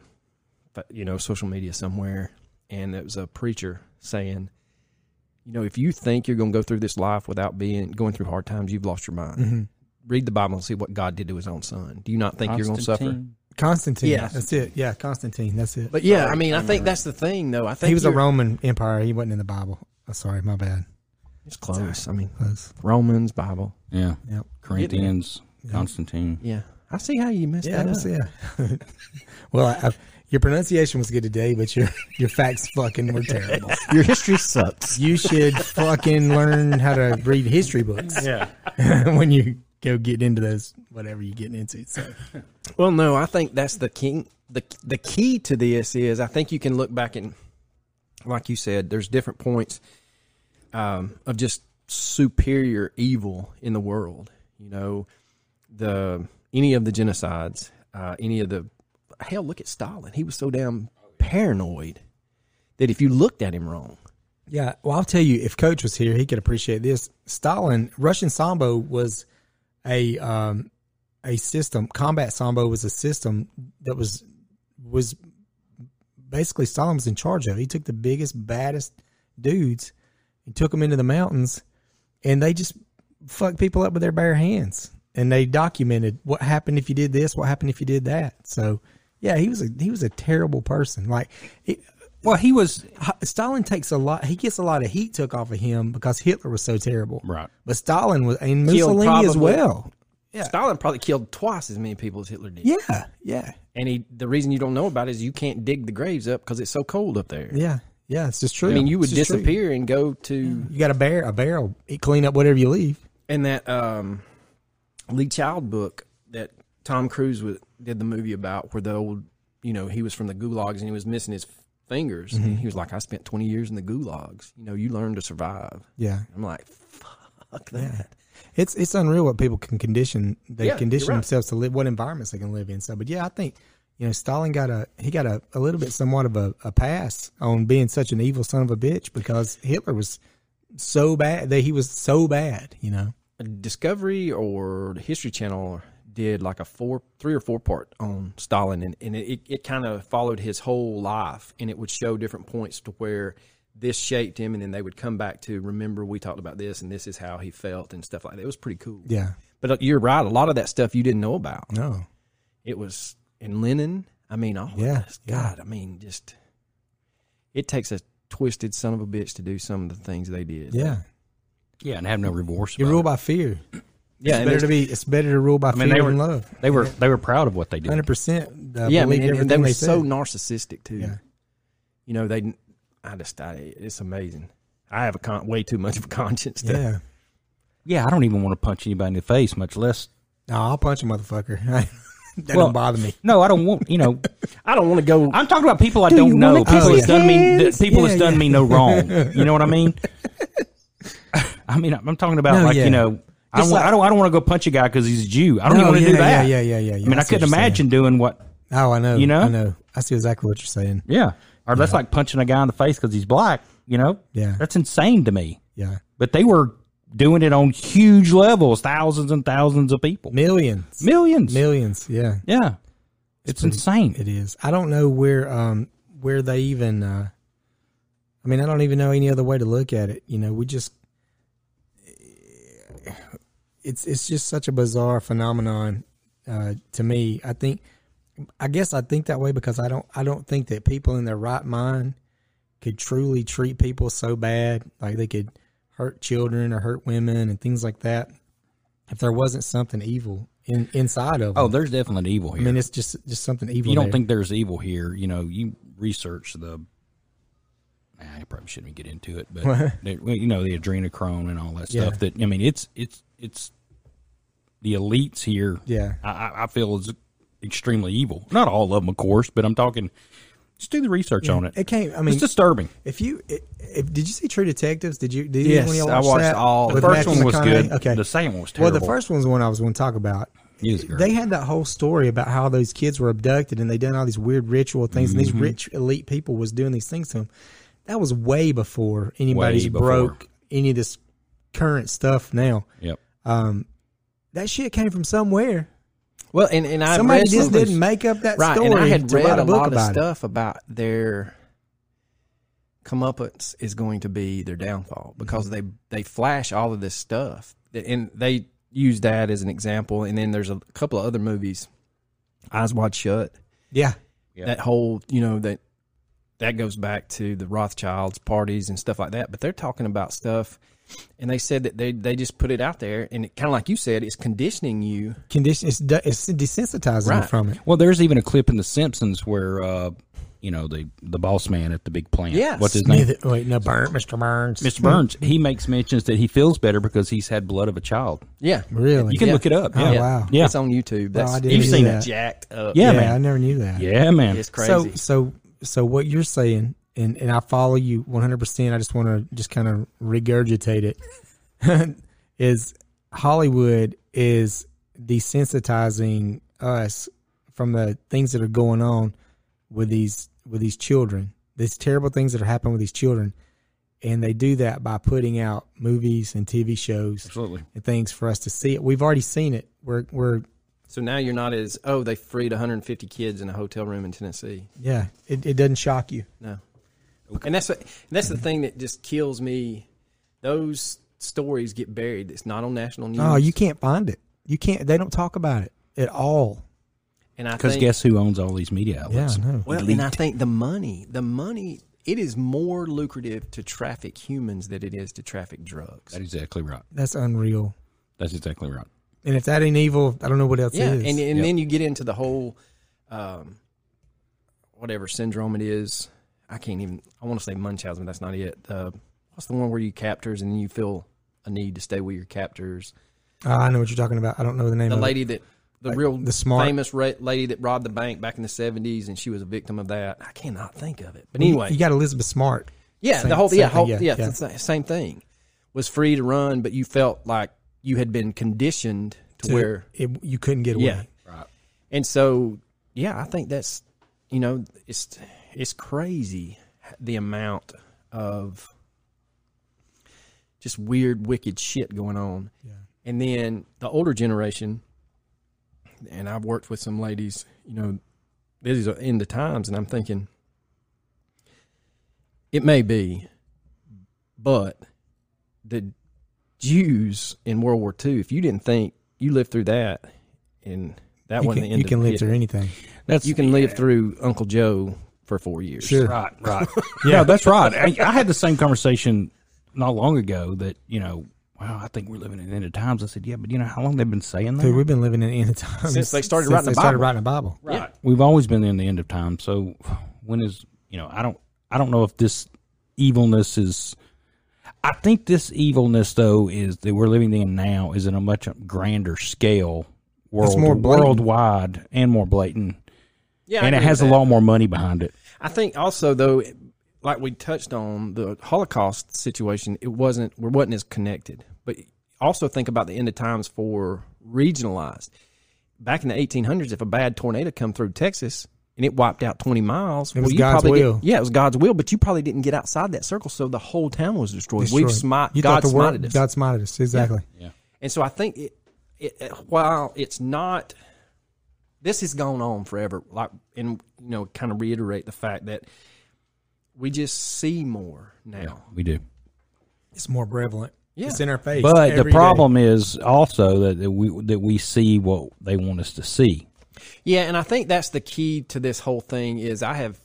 [SPEAKER 3] fa- you know, social media somewhere, and it was a preacher saying, you know, if you think you're going to go through this life without being going through hard times, you've lost your mind.
[SPEAKER 1] Mm-hmm.
[SPEAKER 3] Read the Bible and see what God did to his own son. Do you not think you're going to suffer?
[SPEAKER 2] Constantine.
[SPEAKER 1] Constantine.
[SPEAKER 3] Yeah.
[SPEAKER 1] That's it. Yeah, Constantine, that's it.
[SPEAKER 3] But yeah, I mean, I think that's the thing, though. I think
[SPEAKER 1] he was a
[SPEAKER 3] you're-
[SPEAKER 1] Roman Empire. He wasn't in the Bible. Oh, sorry, my bad.
[SPEAKER 3] It's close. I mean,
[SPEAKER 1] That's-
[SPEAKER 3] Romans, Bible.
[SPEAKER 2] Yeah.
[SPEAKER 1] Yep.
[SPEAKER 2] Corinthians. Constantine.
[SPEAKER 3] Yeah, I see how you messed
[SPEAKER 1] Yeah,
[SPEAKER 3] that
[SPEAKER 1] that's
[SPEAKER 3] up.
[SPEAKER 1] yeah. well, I, I, your pronunciation was good today, but your your facts fucking were terrible.
[SPEAKER 6] Your history sucks.
[SPEAKER 1] You should fucking learn how to read history books. Yeah. when you go get into those whatever you're getting into. So
[SPEAKER 3] Well, no, I think that's the king. the The key to this is I think you can look back and, like you said, there's different points um, of just superior evil in the world. You know, the any of the genocides, uh, any of the hell. Look at Stalin. He was so damn paranoid that if you looked at him wrong,
[SPEAKER 1] Yeah, well, I'll tell you, if Coach was here, he could appreciate this. Stalin, Russian Sambo was a um, a system. Combat Sambo was a system that was was basically Stalin was in charge of. He took the biggest, baddest dudes and took them into the mountains, and they just fucked people up with their bare hands. And they documented what happened if you did this, what happened if you did that. So, yeah, he was a he was a terrible person. Like, it,
[SPEAKER 2] Well, he was
[SPEAKER 1] Hi- Stalin takes a lot. He gets a lot of heat took off of him because Hitler was so terrible.
[SPEAKER 2] Right.
[SPEAKER 1] But Stalin was, and
[SPEAKER 3] Killed
[SPEAKER 1] Mussolini as
[SPEAKER 3] probably-
[SPEAKER 1] well.
[SPEAKER 3] Stalin probably killed twice as many people as Hitler did.
[SPEAKER 1] Yeah. Yeah.
[SPEAKER 3] And he, the reason you don't know about it is you can't dig the graves up because it's so cold up there.
[SPEAKER 1] Yeah. Yeah. It's just true.
[SPEAKER 3] I mean, you would
[SPEAKER 1] It's just true.
[SPEAKER 3] disappear and go to
[SPEAKER 1] You got a bear, a barrel. You clean up whatever you leave.
[SPEAKER 3] in that um, Lee Child book that Tom Cruise was, did the movie about, where the old, you know, he was from the gulags and he was missing his fingers,
[SPEAKER 1] Mm-hmm.
[SPEAKER 3] and he was like, "I spent twenty years in the gulags. You know, you learn to survive."
[SPEAKER 1] Yeah.
[SPEAKER 3] I'm like, "Fuck that."
[SPEAKER 1] It's it's unreal what people can condition. They
[SPEAKER 3] Yeah, you're
[SPEAKER 1] condition
[SPEAKER 3] right.
[SPEAKER 1] themselves to live what environments they can live in. So, but yeah, I think you know Stalin got a he got a, a little bit somewhat of a, a pass on being such an evil son of a bitch because Hitler was so bad that he was so bad. You know.
[SPEAKER 3] Discovery or the History Channel did like a four, three or four part on Stalin, and, and it, it kind of followed his whole life, and it would show different points to where this shaped him, and then they would come back to remember we talked about this, and this is how he felt, and stuff like that. It was pretty cool.
[SPEAKER 1] Yeah.
[SPEAKER 3] But uh, you're right, a lot of that stuff you didn't know about.
[SPEAKER 1] No.
[SPEAKER 3] It was in Lenin. I mean, all
[SPEAKER 1] Yeah,
[SPEAKER 3] of this. God, I mean, just it takes a twisted son of a bitch to do some of the things they did.
[SPEAKER 1] Yeah,
[SPEAKER 2] yeah, and have no remorse.
[SPEAKER 1] you
[SPEAKER 2] about
[SPEAKER 1] rule
[SPEAKER 2] it.
[SPEAKER 1] by fear. it's
[SPEAKER 3] yeah, and
[SPEAKER 1] better
[SPEAKER 3] there's-
[SPEAKER 1] to be. It's better to rule by
[SPEAKER 2] I mean,
[SPEAKER 1] fear
[SPEAKER 2] they were
[SPEAKER 1] than love.
[SPEAKER 2] They were they were proud of what they did.
[SPEAKER 1] Hundred percent. uh,
[SPEAKER 3] yeah, I mean, and- and they
[SPEAKER 1] everything
[SPEAKER 3] were
[SPEAKER 1] they
[SPEAKER 3] so
[SPEAKER 1] said.
[SPEAKER 3] narcissistic too.
[SPEAKER 1] Yeah.
[SPEAKER 3] You know, they. I just, I, it's amazing. I have a con- way too much of a conscience. To,
[SPEAKER 1] Yeah.
[SPEAKER 2] Yeah, I don't even want to punch anybody in the face, much less.
[SPEAKER 1] No, I'll punch a motherfucker. that
[SPEAKER 2] Well,
[SPEAKER 1] don't bother me.
[SPEAKER 2] No, I don't want. You know,
[SPEAKER 3] I don't want to go.
[SPEAKER 2] I'm talking about people I
[SPEAKER 1] Do
[SPEAKER 2] Do
[SPEAKER 1] you
[SPEAKER 2] not know.
[SPEAKER 1] wanna kiss
[SPEAKER 2] People
[SPEAKER 1] his
[SPEAKER 2] that's done me. that-
[SPEAKER 1] hands?
[SPEAKER 2] People
[SPEAKER 1] Yeah,
[SPEAKER 2] that's done
[SPEAKER 1] yeah.
[SPEAKER 2] me no wrong. You know what I mean? I mean, I'm talking about
[SPEAKER 1] No,
[SPEAKER 2] like
[SPEAKER 1] yeah.
[SPEAKER 2] you know. I
[SPEAKER 1] Just
[SPEAKER 2] don't, want,
[SPEAKER 1] like-
[SPEAKER 2] I don't. I don't want to go punch a guy because he's a Jew. I don't
[SPEAKER 1] No,
[SPEAKER 2] even want to
[SPEAKER 1] yeah,
[SPEAKER 2] do that.
[SPEAKER 1] yeah, yeah, yeah, yeah, yeah.
[SPEAKER 2] I mean,
[SPEAKER 1] I
[SPEAKER 2] I,
[SPEAKER 1] see what
[SPEAKER 2] couldn't
[SPEAKER 1] you're
[SPEAKER 2] imagine doing what.
[SPEAKER 1] Oh, I know.
[SPEAKER 2] You know?
[SPEAKER 1] I know. I see exactly what you're saying.
[SPEAKER 2] Yeah, or that's like punching a guy in the face because he's black. You know.
[SPEAKER 1] Yeah.
[SPEAKER 2] That's insane to me.
[SPEAKER 1] Yeah,
[SPEAKER 2] But they were doing it on huge levels, thousands and thousands of people,
[SPEAKER 1] millions,
[SPEAKER 2] millions.
[SPEAKER 1] millions. Yeah,
[SPEAKER 2] yeah, it's, insane.
[SPEAKER 1] it is. I don't know where um where they even uh I mean, I don't even know any other way to look at it. You know, we just it's it's just such a bizarre phenomenon uh, to me. I think, I guess, I think that way because I don't I don't think that people in their right mind could truly treat people so bad, like they could hurt children or hurt women and things like that, if there wasn't something evil in inside of them.
[SPEAKER 2] Oh, there's definitely evil
[SPEAKER 1] I
[SPEAKER 2] here.
[SPEAKER 1] mean, it's just just something evil.
[SPEAKER 2] you don't
[SPEAKER 1] there.
[SPEAKER 2] think there's evil here. You know, you research the. I probably shouldn't get into it, but the- well, you know the adrenochrome and all that
[SPEAKER 1] Yeah.
[SPEAKER 2] stuff. That I mean, it's it's it's the elites here.
[SPEAKER 1] Yeah.
[SPEAKER 2] I- I, I feel is extremely evil. Not all of them, of course, but I'm talking. Just do the research on it.
[SPEAKER 1] it can't? I mean,
[SPEAKER 2] it's disturbing.
[SPEAKER 1] If you i- if, did you see True Detectives? Did you? Did
[SPEAKER 3] Yes,
[SPEAKER 1] anyone
[SPEAKER 3] I
[SPEAKER 1] watch
[SPEAKER 3] watched
[SPEAKER 1] that?
[SPEAKER 3] all- The
[SPEAKER 2] The
[SPEAKER 1] With
[SPEAKER 2] first
[SPEAKER 1] Matthew
[SPEAKER 2] one was
[SPEAKER 1] McConaughey?
[SPEAKER 2] good.
[SPEAKER 1] Okay.
[SPEAKER 2] The second one was
[SPEAKER 1] well,
[SPEAKER 2] terrible.
[SPEAKER 1] the first one's the one I was going to talk about.
[SPEAKER 2] It was terrible.
[SPEAKER 1] They had that whole story about how those kids were abducted and they done all these weird ritual things, and these
[SPEAKER 3] Mm-hmm.
[SPEAKER 1] rich elite people was doing these things to them. That was way before anybody's
[SPEAKER 2] before.
[SPEAKER 1] broke any of this current stuff. Now
[SPEAKER 2] Yep.
[SPEAKER 1] that shit came from somewhere.
[SPEAKER 3] Well, and, and I
[SPEAKER 1] Somebody
[SPEAKER 3] read
[SPEAKER 1] just
[SPEAKER 3] something-
[SPEAKER 1] didn't make up that
[SPEAKER 3] right,
[SPEAKER 1] story.
[SPEAKER 3] and I had
[SPEAKER 1] to
[SPEAKER 3] read
[SPEAKER 1] write
[SPEAKER 3] a,
[SPEAKER 1] a, book
[SPEAKER 3] lot of
[SPEAKER 1] about it.
[SPEAKER 3] stuff about their comeuppance is going to be their downfall
[SPEAKER 1] Mm-hmm.
[SPEAKER 3] because they they flash all of this stuff and they use that as an example. And then there's a couple of other movies, Eyes Wide Shut.
[SPEAKER 1] Yeah,
[SPEAKER 3] That whole you know that that goes back to the Rothschilds parties and stuff like that. But they're talking about stuff. And they said that they, they just put it out there, and it kind of like you said, it's conditioning you
[SPEAKER 1] condition. It's, de- it's desensitizing
[SPEAKER 3] Right.
[SPEAKER 1] them from it.
[SPEAKER 2] Well, there's even a clip in The Simpsons where, uh, you know, the the boss man at the big plant.
[SPEAKER 3] Yes.
[SPEAKER 2] What's his name?
[SPEAKER 1] Wait, no, Burn, Mr. Burns.
[SPEAKER 2] Mr. Burns. He makes mentions that he feels better because he's had blood of a child.
[SPEAKER 3] Yeah,
[SPEAKER 1] Really?
[SPEAKER 2] You can
[SPEAKER 3] Yeah.
[SPEAKER 2] look it up.
[SPEAKER 1] Oh,
[SPEAKER 2] Yeah.
[SPEAKER 1] wow.
[SPEAKER 2] Yeah.
[SPEAKER 3] It's on YouTube. That's,
[SPEAKER 1] I didn't
[SPEAKER 2] You've seen
[SPEAKER 1] that.
[SPEAKER 3] jacked up.
[SPEAKER 2] Yeah,
[SPEAKER 1] Yeah,
[SPEAKER 2] man.
[SPEAKER 1] I never knew that.
[SPEAKER 2] yeah, man.
[SPEAKER 3] it's crazy.
[SPEAKER 1] So, so, so what you're saying, and, and I follow you 100%. I just want to just kind of regurgitate it. is Hollywood is desensitizing us from the things that are going on with these with these children. These terrible things that are happening with these children, and they do that by putting out movies and TV shows
[SPEAKER 2] Absolutely.
[SPEAKER 1] and things for us to see. It. We've already seen it. We're we're
[SPEAKER 3] so now you're not as oh they freed 150 kids in a hotel room in Tennessee.
[SPEAKER 1] yeah. It, it doesn't shock you.
[SPEAKER 3] No, and that's what, and that's the thing that just kills me. Those stories get buried. It's not on national news.
[SPEAKER 1] No, Oh, you can't find it. You can't. They don't talk about it at all.
[SPEAKER 3] and I
[SPEAKER 2] Because
[SPEAKER 3] think-
[SPEAKER 2] guess who owns all these media
[SPEAKER 1] Yeah,
[SPEAKER 2] outlets?
[SPEAKER 1] I know.
[SPEAKER 3] well, and I think the money, the money, it is more lucrative to traffic humans than it is to traffic drugs.
[SPEAKER 2] That's exactly right.
[SPEAKER 1] That's unreal.
[SPEAKER 2] That's exactly right.
[SPEAKER 1] And if that ain't evil, I don't know what else
[SPEAKER 3] Yeah,
[SPEAKER 1] is.
[SPEAKER 3] and and then you get into the whole, um, whatever syndrome it is. I can't even. I want to say Munchausen, but that's not it. Uh, what's the one where you captors and you feel a need to stay with your captors?
[SPEAKER 1] Ah, I know what you're talking about. I don't know the name
[SPEAKER 3] The
[SPEAKER 1] of
[SPEAKER 3] lady that the
[SPEAKER 1] Uh, Like,
[SPEAKER 3] real
[SPEAKER 1] the smart-
[SPEAKER 3] famous ra- lady that robbed the bank back in the seventies, and she was a victim of that. I cannot think of it. But
[SPEAKER 1] it. You-
[SPEAKER 3] anyway,
[SPEAKER 1] you got Elizabeth Smart.
[SPEAKER 3] yeah,
[SPEAKER 1] Same-
[SPEAKER 3] the whole
[SPEAKER 1] same
[SPEAKER 3] yeah,
[SPEAKER 1] thing,
[SPEAKER 3] whole,
[SPEAKER 1] yeah,
[SPEAKER 3] yeah,
[SPEAKER 1] yeah.
[SPEAKER 3] it's the sa- same thing. Was free to run, but you felt like you had been conditioned to,
[SPEAKER 1] to-
[SPEAKER 3] where
[SPEAKER 1] it, you couldn't get away.
[SPEAKER 3] yeah. And so, yeah, I think that's you know, it's it's crazy the amount of just weird, wicked shit going on. And then the older generation, and I've worked with some ladies, you know, these are in the times, and I'm thinking it may be, but the Jews in World War II, if you didn't think you lived through that, and that
[SPEAKER 1] you
[SPEAKER 3] wasn't
[SPEAKER 1] can,
[SPEAKER 3] the end
[SPEAKER 1] you
[SPEAKER 3] of
[SPEAKER 1] can live
[SPEAKER 3] it.
[SPEAKER 1] through anything.
[SPEAKER 2] That's
[SPEAKER 3] You can live through Uncle Joe for four years.
[SPEAKER 1] Sure.
[SPEAKER 2] Right, right. yeah, that's right. I, I had the same conversation not long ago that, you know, wow, I think we're living in the end of times. I said, yeah, but you know how long they've been saying that?
[SPEAKER 1] Dude, we've been living in the end of times
[SPEAKER 3] Since they started
[SPEAKER 1] since
[SPEAKER 3] writing
[SPEAKER 1] they
[SPEAKER 3] the
[SPEAKER 1] started
[SPEAKER 3] Bible.
[SPEAKER 1] writing the Bible.
[SPEAKER 3] Right.
[SPEAKER 2] We've always been in the end of time. So when is you know, I don't I don't know if this evilness is I think this evilness though is that we're living in now is in a much grander scale world
[SPEAKER 1] more blatant.
[SPEAKER 2] worldwide and more blatant.
[SPEAKER 3] Yeah, I
[SPEAKER 2] and it
[SPEAKER 3] agree
[SPEAKER 2] has a
[SPEAKER 3] with that.
[SPEAKER 2] lot more money behind it.
[SPEAKER 3] I think also though, it- like we touched on the Holocaust situation, it wasn't we wasn't as connected. But also think about the end of times for regionalized. Back in the 1800s, if a bad tornado come through Texas and it wiped out 20 miles,
[SPEAKER 1] was
[SPEAKER 3] you
[SPEAKER 1] God's
[SPEAKER 3] probably
[SPEAKER 1] will.
[SPEAKER 3] Did, yeah, it was God's will, but you probably didn't get outside that circle, so the whole town was destroyed. We've
[SPEAKER 1] Destroyed.
[SPEAKER 3] smite
[SPEAKER 1] You
[SPEAKER 3] God
[SPEAKER 1] thought the world-
[SPEAKER 3] smited us.
[SPEAKER 1] God smited us. Exactly.
[SPEAKER 3] And so I think it, it, it- while it's not, this has gone on forever. Like, and you know, kind of reiterate the fact that we just see more now.
[SPEAKER 2] we do.
[SPEAKER 1] It's more prevalent.
[SPEAKER 3] Yeah.
[SPEAKER 1] It's in our face.
[SPEAKER 2] But
[SPEAKER 1] every
[SPEAKER 2] the
[SPEAKER 1] day.
[SPEAKER 2] problem is also that, that we that we see what they want us to see.
[SPEAKER 3] Yeah, and I think that's the key to this whole thing is I have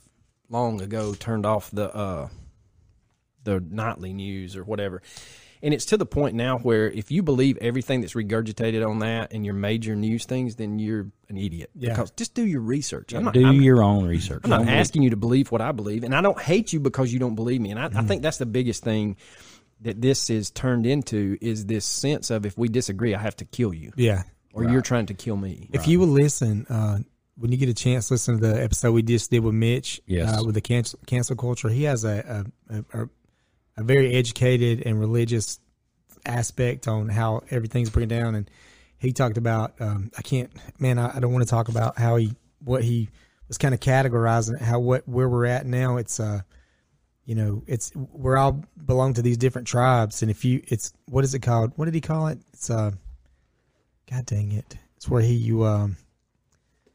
[SPEAKER 3] long ago turned off the uh the nightly news or whatever. And it's to the point now where if you believe everything that's regurgitated on that and your major news things, then you're an idiot.
[SPEAKER 1] Yeah.
[SPEAKER 3] Because just do your research. I'm not,
[SPEAKER 2] Do
[SPEAKER 3] I'm,
[SPEAKER 2] your own research.
[SPEAKER 3] I'm not
[SPEAKER 2] Don't be-
[SPEAKER 3] asking you to believe what I believe, and I don't hate you because you don't believe me. And I, I think that's the biggest thing that this is turned into is this sense of if we disagree, I have to kill you,
[SPEAKER 1] Yeah.
[SPEAKER 3] or you're trying to kill me.
[SPEAKER 1] If you will listen, uh, when you get a chance, listen to the episode we just did with Mitch.
[SPEAKER 2] Yes.
[SPEAKER 1] Uh, with the cancel cancel culture, he has a a, a a very educated and religious aspect on how everything's broken down, and he talked about um, I can't man I, I don't want to talk about how he what he was kind of categorizing how what where we're at now. It's uh you know it's we're all belong to these different tribes, and if you it's what is it called? What did he call it? It's uh God dang it. It's where he you um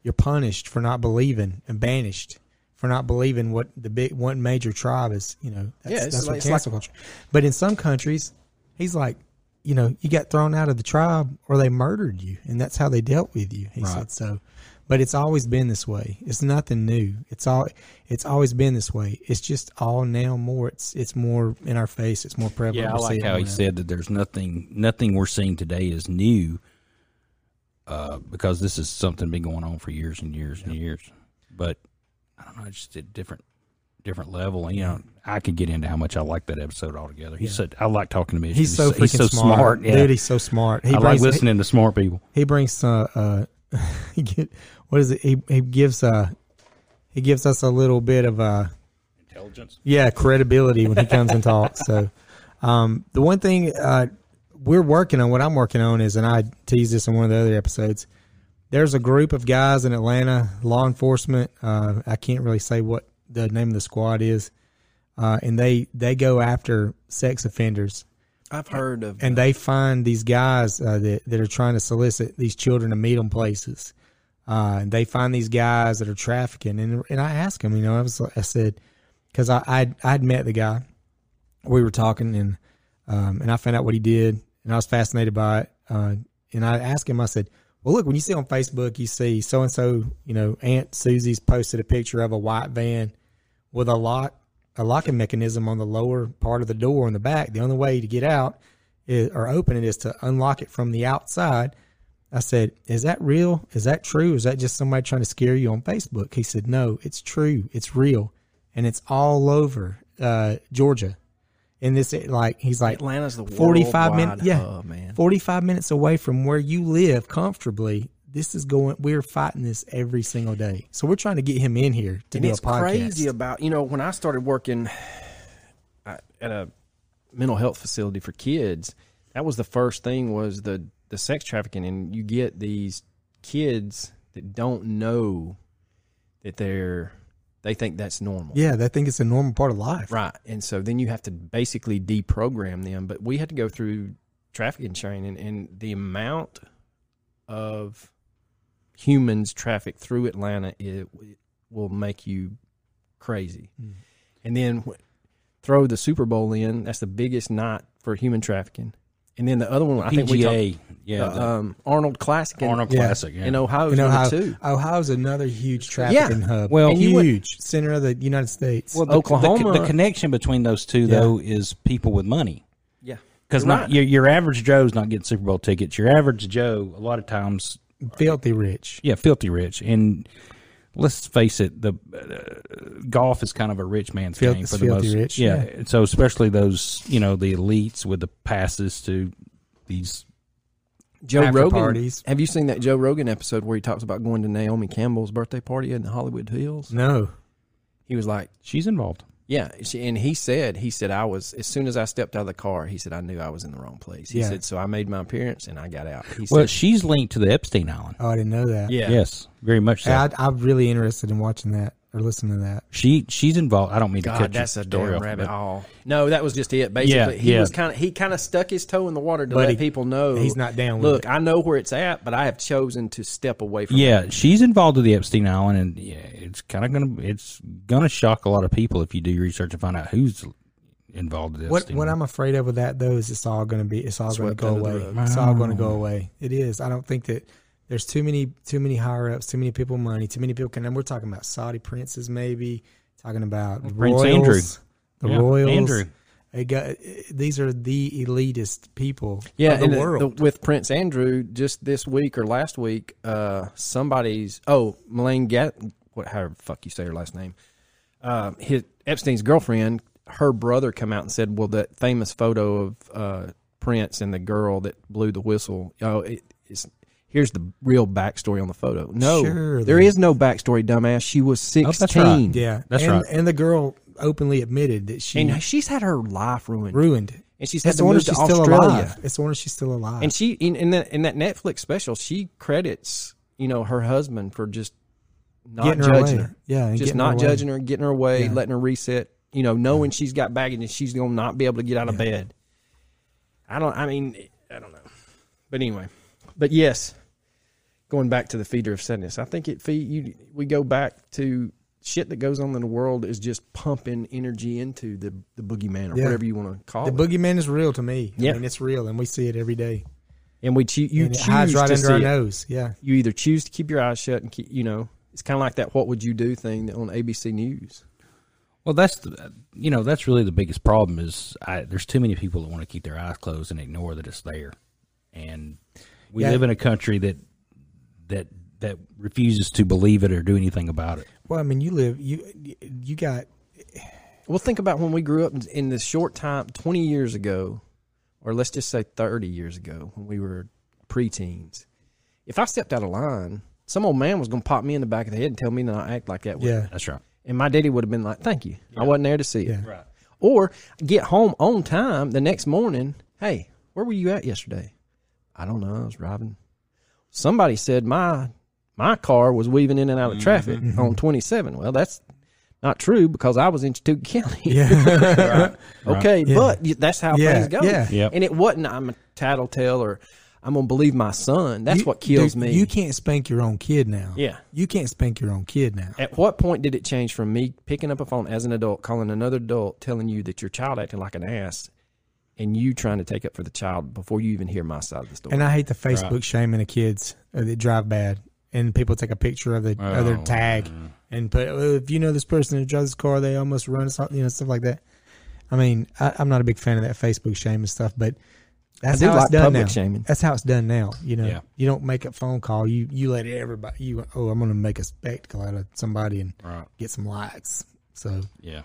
[SPEAKER 1] you're punished for not believing and banished for not believing what the big one major tribe is, you know. That's,
[SPEAKER 3] Yeah, it's
[SPEAKER 1] that's
[SPEAKER 3] like-
[SPEAKER 1] what
[SPEAKER 3] it's like-
[SPEAKER 1] cancel culture. But in some countries, he's like, you know, you got thrown out of the tribe or they murdered you and that's how they dealt with you. He said so. But it's always been this way. It's nothing new. It's all it's always been this way. It's just all now more it's it's more in our face, it's more prevalent.
[SPEAKER 2] Yeah, I
[SPEAKER 1] We see
[SPEAKER 2] like
[SPEAKER 1] it
[SPEAKER 2] how
[SPEAKER 1] more
[SPEAKER 2] he
[SPEAKER 1] now.
[SPEAKER 2] said that there's nothing nothing we're seeing today is new, uh, because this is something been going on for years and years and years. But I don't know, it's just a different different level. And, you know, I could get into how much I like that episode altogether. He said I like talking to Mitch.
[SPEAKER 1] He's so freaking smart.
[SPEAKER 2] Yeah.
[SPEAKER 1] Dude, he's so smart. He
[SPEAKER 2] I like
[SPEAKER 1] brings- he-
[SPEAKER 2] listening to smart people.
[SPEAKER 1] he brings uh, uh he get what is it he, he gives uh he gives us a little bit of uh
[SPEAKER 2] Intelligence.
[SPEAKER 1] yeah credibility when he comes and talks so um the one thing uh we're working on what i'm working on is and i teased this in one of the other episodes there's a group of guys in atlanta law enforcement uh i can't really say what the name of the squad is uh and they they go after sex offenders
[SPEAKER 3] I've heard of
[SPEAKER 1] and they find these guys uh, that that are trying to solicit these children to meet them places. Uh, and they find these guys that are trafficking, and and I asked him, you know, I was I said, because I I'd, I'd met the guy, we were talking, and um, and I found out what he did, and I was fascinated by it. Uh, and I asked him, I said, well, look, when you see on Facebook, you see so and so, you know, Aunt Susie's posted a picture of a white van with a lock a locking mechanism on the lower part of the door on the back. The only way to get out is, or open it is to unlock it from the outside. I said, "Is that real? Is that true? Is that just somebody trying to scare you on Facebook?" He said, "No, it's true. It's real, and it's all over uh, Georgia." And this, like, he's like,
[SPEAKER 3] Atlanta's the
[SPEAKER 1] 45 minutes
[SPEAKER 3] worldwide
[SPEAKER 1] yeah
[SPEAKER 3] hub, man.
[SPEAKER 1] 45 minutes away from where you live comfortably this is going we're fighting this every single day so we're trying to get him in here to
[SPEAKER 3] and
[SPEAKER 1] do
[SPEAKER 3] it's
[SPEAKER 1] a podcast
[SPEAKER 3] crazy about you know when I started working I- at a mental health facility for kids, that was the first thing was the the sex trafficking, and you get these kids that don't know that they're they think that's normal,
[SPEAKER 1] yeah they think it's a normal part of life
[SPEAKER 3] right? And so then you have to basically deprogram them. But we had to go through trafficking training, and the amount of humans trafficked through Atlanta it, it will make you crazy.
[SPEAKER 2] Mm.
[SPEAKER 3] And then wh- throw the Super Bowl in. That's the biggest night for human trafficking. And then the other one, I
[SPEAKER 2] PGA,
[SPEAKER 3] think we talked
[SPEAKER 2] yeah,
[SPEAKER 3] uh, um, Arnold Classic in,
[SPEAKER 2] Arnold
[SPEAKER 1] Yeah.
[SPEAKER 2] Classic. Yeah.
[SPEAKER 3] in Ohio.
[SPEAKER 1] you
[SPEAKER 3] is
[SPEAKER 1] know
[SPEAKER 3] number
[SPEAKER 1] how
[SPEAKER 3] two.
[SPEAKER 1] ohio's another huge trafficking hub
[SPEAKER 2] Well,
[SPEAKER 1] huge
[SPEAKER 2] you would-
[SPEAKER 1] center of the united states
[SPEAKER 2] well, the, Oklahoma. The,
[SPEAKER 3] Oklahoma-
[SPEAKER 2] connection between those two though is people with money.
[SPEAKER 3] Yeah,
[SPEAKER 2] Because
[SPEAKER 3] You're
[SPEAKER 2] not
[SPEAKER 3] right.
[SPEAKER 2] your, your average Joe's not getting Super Bowl tickets. Your average Joe, a lot of times,
[SPEAKER 1] filthy rich
[SPEAKER 2] yeah, filthy rich. And let's face it, the uh, golf is kind of a rich man's
[SPEAKER 1] Fil-
[SPEAKER 2] game
[SPEAKER 1] it's
[SPEAKER 2] for the
[SPEAKER 1] filthy
[SPEAKER 2] most.
[SPEAKER 1] rich,
[SPEAKER 2] yeah.
[SPEAKER 1] yeah.
[SPEAKER 2] So especially those, you know, the elites with the passes to these.
[SPEAKER 3] Joe
[SPEAKER 1] After
[SPEAKER 3] Rogan.
[SPEAKER 1] parties.
[SPEAKER 3] Have you seen that Joe Rogan episode where he talks about going to Naomi Campbell's birthday party in the Hollywood Hills?
[SPEAKER 1] no
[SPEAKER 3] He was like,
[SPEAKER 2] She's involved.
[SPEAKER 3] "Yeah," she, and he said, "He said I was as soon as I stepped out of the car, he said I knew I was in the wrong place." He
[SPEAKER 1] Yeah.
[SPEAKER 3] said, "So I made my appearance and I got out." He
[SPEAKER 2] Well,
[SPEAKER 3] said,
[SPEAKER 2] she's linked to the Epstein Island.
[SPEAKER 1] oh i didn't know that
[SPEAKER 3] "Yeah,
[SPEAKER 2] Yes, very much so.
[SPEAKER 1] I, i'm really interested in watching that or listen to that.
[SPEAKER 2] She she's involved. I don't mean to
[SPEAKER 3] God,
[SPEAKER 2] cut your
[SPEAKER 3] that's a
[SPEAKER 2] story
[SPEAKER 3] damn
[SPEAKER 2] off,
[SPEAKER 3] rabbit
[SPEAKER 2] but-
[SPEAKER 3] hole. No, that was just it. Basically,
[SPEAKER 2] Yeah,
[SPEAKER 3] he
[SPEAKER 2] yeah.
[SPEAKER 3] was kind of he kind of stuck his toe in the water to
[SPEAKER 1] But
[SPEAKER 3] let
[SPEAKER 1] he-
[SPEAKER 3] people know
[SPEAKER 1] he's not down with
[SPEAKER 3] Look,
[SPEAKER 1] it.
[SPEAKER 3] I know where it's at, but I have chosen to step away from. it.
[SPEAKER 2] Yeah, she's involved with the Epstein Island, and yeah, it's kind of gonna it's gonna shock a lot of people if you do research and find out who's involved with the
[SPEAKER 1] What
[SPEAKER 2] Epstein
[SPEAKER 1] what I'm afraid of with that though is it's all going to be it's all going to
[SPEAKER 3] Swept
[SPEAKER 1] go
[SPEAKER 3] under the
[SPEAKER 1] away.
[SPEAKER 3] rug.
[SPEAKER 1] It's all going to go away. It is. I don't think that there's too many too many higher ups, too many people with money, too many people can. And we're talking about Saudi princes, maybe talking about
[SPEAKER 2] Prince
[SPEAKER 1] royals,
[SPEAKER 2] Andrew.
[SPEAKER 1] the
[SPEAKER 2] Yeah,
[SPEAKER 1] royals.
[SPEAKER 2] Andrew.
[SPEAKER 1] They got, these are the elitist people
[SPEAKER 3] Yeah,
[SPEAKER 1] of the
[SPEAKER 3] and
[SPEAKER 1] world.
[SPEAKER 3] the- with Prince Andrew, just this week or last week, uh, somebody's oh Melaine Gat, what however the fuck you say her last name, uh, his Epstein's girlfriend, her brother come out and said, well, that famous photo of uh, Prince and the girl that blew the whistle, oh, it, it's here's the real backstory on the photo. No,
[SPEAKER 1] Surely.
[SPEAKER 3] there is no backstory, dumbass. She was
[SPEAKER 2] that's
[SPEAKER 3] sixteen.
[SPEAKER 2] right.
[SPEAKER 1] yeah,
[SPEAKER 2] That's
[SPEAKER 1] and,
[SPEAKER 2] right.
[SPEAKER 1] And the girl openly admitted that she
[SPEAKER 3] and she's had her life ruined,
[SPEAKER 1] ruined.
[SPEAKER 3] and she's had
[SPEAKER 1] It's
[SPEAKER 3] to
[SPEAKER 1] the wonder
[SPEAKER 3] move to
[SPEAKER 1] she's still
[SPEAKER 3] Australia.
[SPEAKER 1] alive. It's the wonder she's still alive.
[SPEAKER 3] and she in, in that in that Netflix special, she credits you know her husband for just not
[SPEAKER 1] Getting her
[SPEAKER 3] judging
[SPEAKER 1] away.
[SPEAKER 3] her,
[SPEAKER 1] Yeah, and
[SPEAKER 3] just
[SPEAKER 1] getting
[SPEAKER 3] not
[SPEAKER 1] her away.
[SPEAKER 3] judging her, getting her away, letting her reset. You know, knowing she's got baggage and she's gonna not be able to get out of bed. I don't. I mean, I don't know. But anyway, but yes, going back to the feeder of sadness, I think it feed you. We go back to shit that goes on in the world is just pumping energy into the the boogeyman or
[SPEAKER 1] Yeah.
[SPEAKER 3] whatever you want to call
[SPEAKER 1] the
[SPEAKER 3] it.
[SPEAKER 1] boogeyman is real to me.
[SPEAKER 3] Yeah.
[SPEAKER 1] I mean, it's real, and we see it every day.
[SPEAKER 3] and we choo- you
[SPEAKER 1] and it
[SPEAKER 3] choose
[SPEAKER 1] hides right
[SPEAKER 3] to
[SPEAKER 1] under
[SPEAKER 3] see
[SPEAKER 1] our
[SPEAKER 3] it.
[SPEAKER 1] nose. Yeah,
[SPEAKER 3] you either choose to keep your eyes shut and keep, you know, it's kind of like that "What would you do?" thing on ABC News.
[SPEAKER 2] Well, that's the, you know that's really the biggest problem is I, there's too many people that want to keep their eyes closed and ignore that it's there, and we
[SPEAKER 1] Yeah.
[SPEAKER 2] live in a country that that that refuses to believe it or do anything about it.
[SPEAKER 1] Well, I mean, you live you you got
[SPEAKER 3] Well, think about when we grew up in- in this short time, twenty years ago, or let's just say thirty years ago, when we were preteens. If I stepped out of line, some old man was going to pop me in the back of the head and tell me to not act like that.
[SPEAKER 1] yeah.
[SPEAKER 2] That's right.
[SPEAKER 3] and my daddy would have been like, "Thank you, I wasn't there to see it."
[SPEAKER 1] Yeah.
[SPEAKER 2] Right.
[SPEAKER 3] Or get home on time the next morning. Hey, where were you at yesterday? I don't know. I was driving. Somebody said my my car was weaving in and out
[SPEAKER 1] Mm-hmm.
[SPEAKER 3] of traffic on 27. Well, that's not true because I was in Chattooga County.
[SPEAKER 1] Yeah,
[SPEAKER 3] okay, but y- that's how
[SPEAKER 1] Yeah,
[SPEAKER 3] things go.
[SPEAKER 1] yeah.
[SPEAKER 2] Yep.
[SPEAKER 3] And it wasn't I'm a tattletale or I'm gonna believe my son. That's
[SPEAKER 1] You-
[SPEAKER 3] what kills
[SPEAKER 1] dude,
[SPEAKER 3] me.
[SPEAKER 1] You can't spank your own kid now.
[SPEAKER 3] Yeah.
[SPEAKER 1] you can't spank your own kid now.
[SPEAKER 3] At what point did it change from me picking up a phone as an adult, calling another adult, telling you that your child acting like an ass, and you trying to take up for the child before you even hear my side of the story?
[SPEAKER 1] And I hate the Facebook shaming of kids uh, that drive bad, and people take a picture of the other tag and put "Oh, if you know this person who drives this car, they almost run us, off," you know, stuff like that. I mean, I, I'm not a big fan of that Facebook shaming stuff, but that's
[SPEAKER 3] I do
[SPEAKER 1] how
[SPEAKER 3] like
[SPEAKER 1] it's done
[SPEAKER 3] public
[SPEAKER 1] now.
[SPEAKER 3] shaming.
[SPEAKER 1] That's how it's done now. You know,
[SPEAKER 2] Yeah.
[SPEAKER 1] you don't make a phone call. You you let everybody. You oh, I'm going to make a spectacle out of somebody and
[SPEAKER 2] Right.
[SPEAKER 1] get some likes. So,
[SPEAKER 2] Yeah.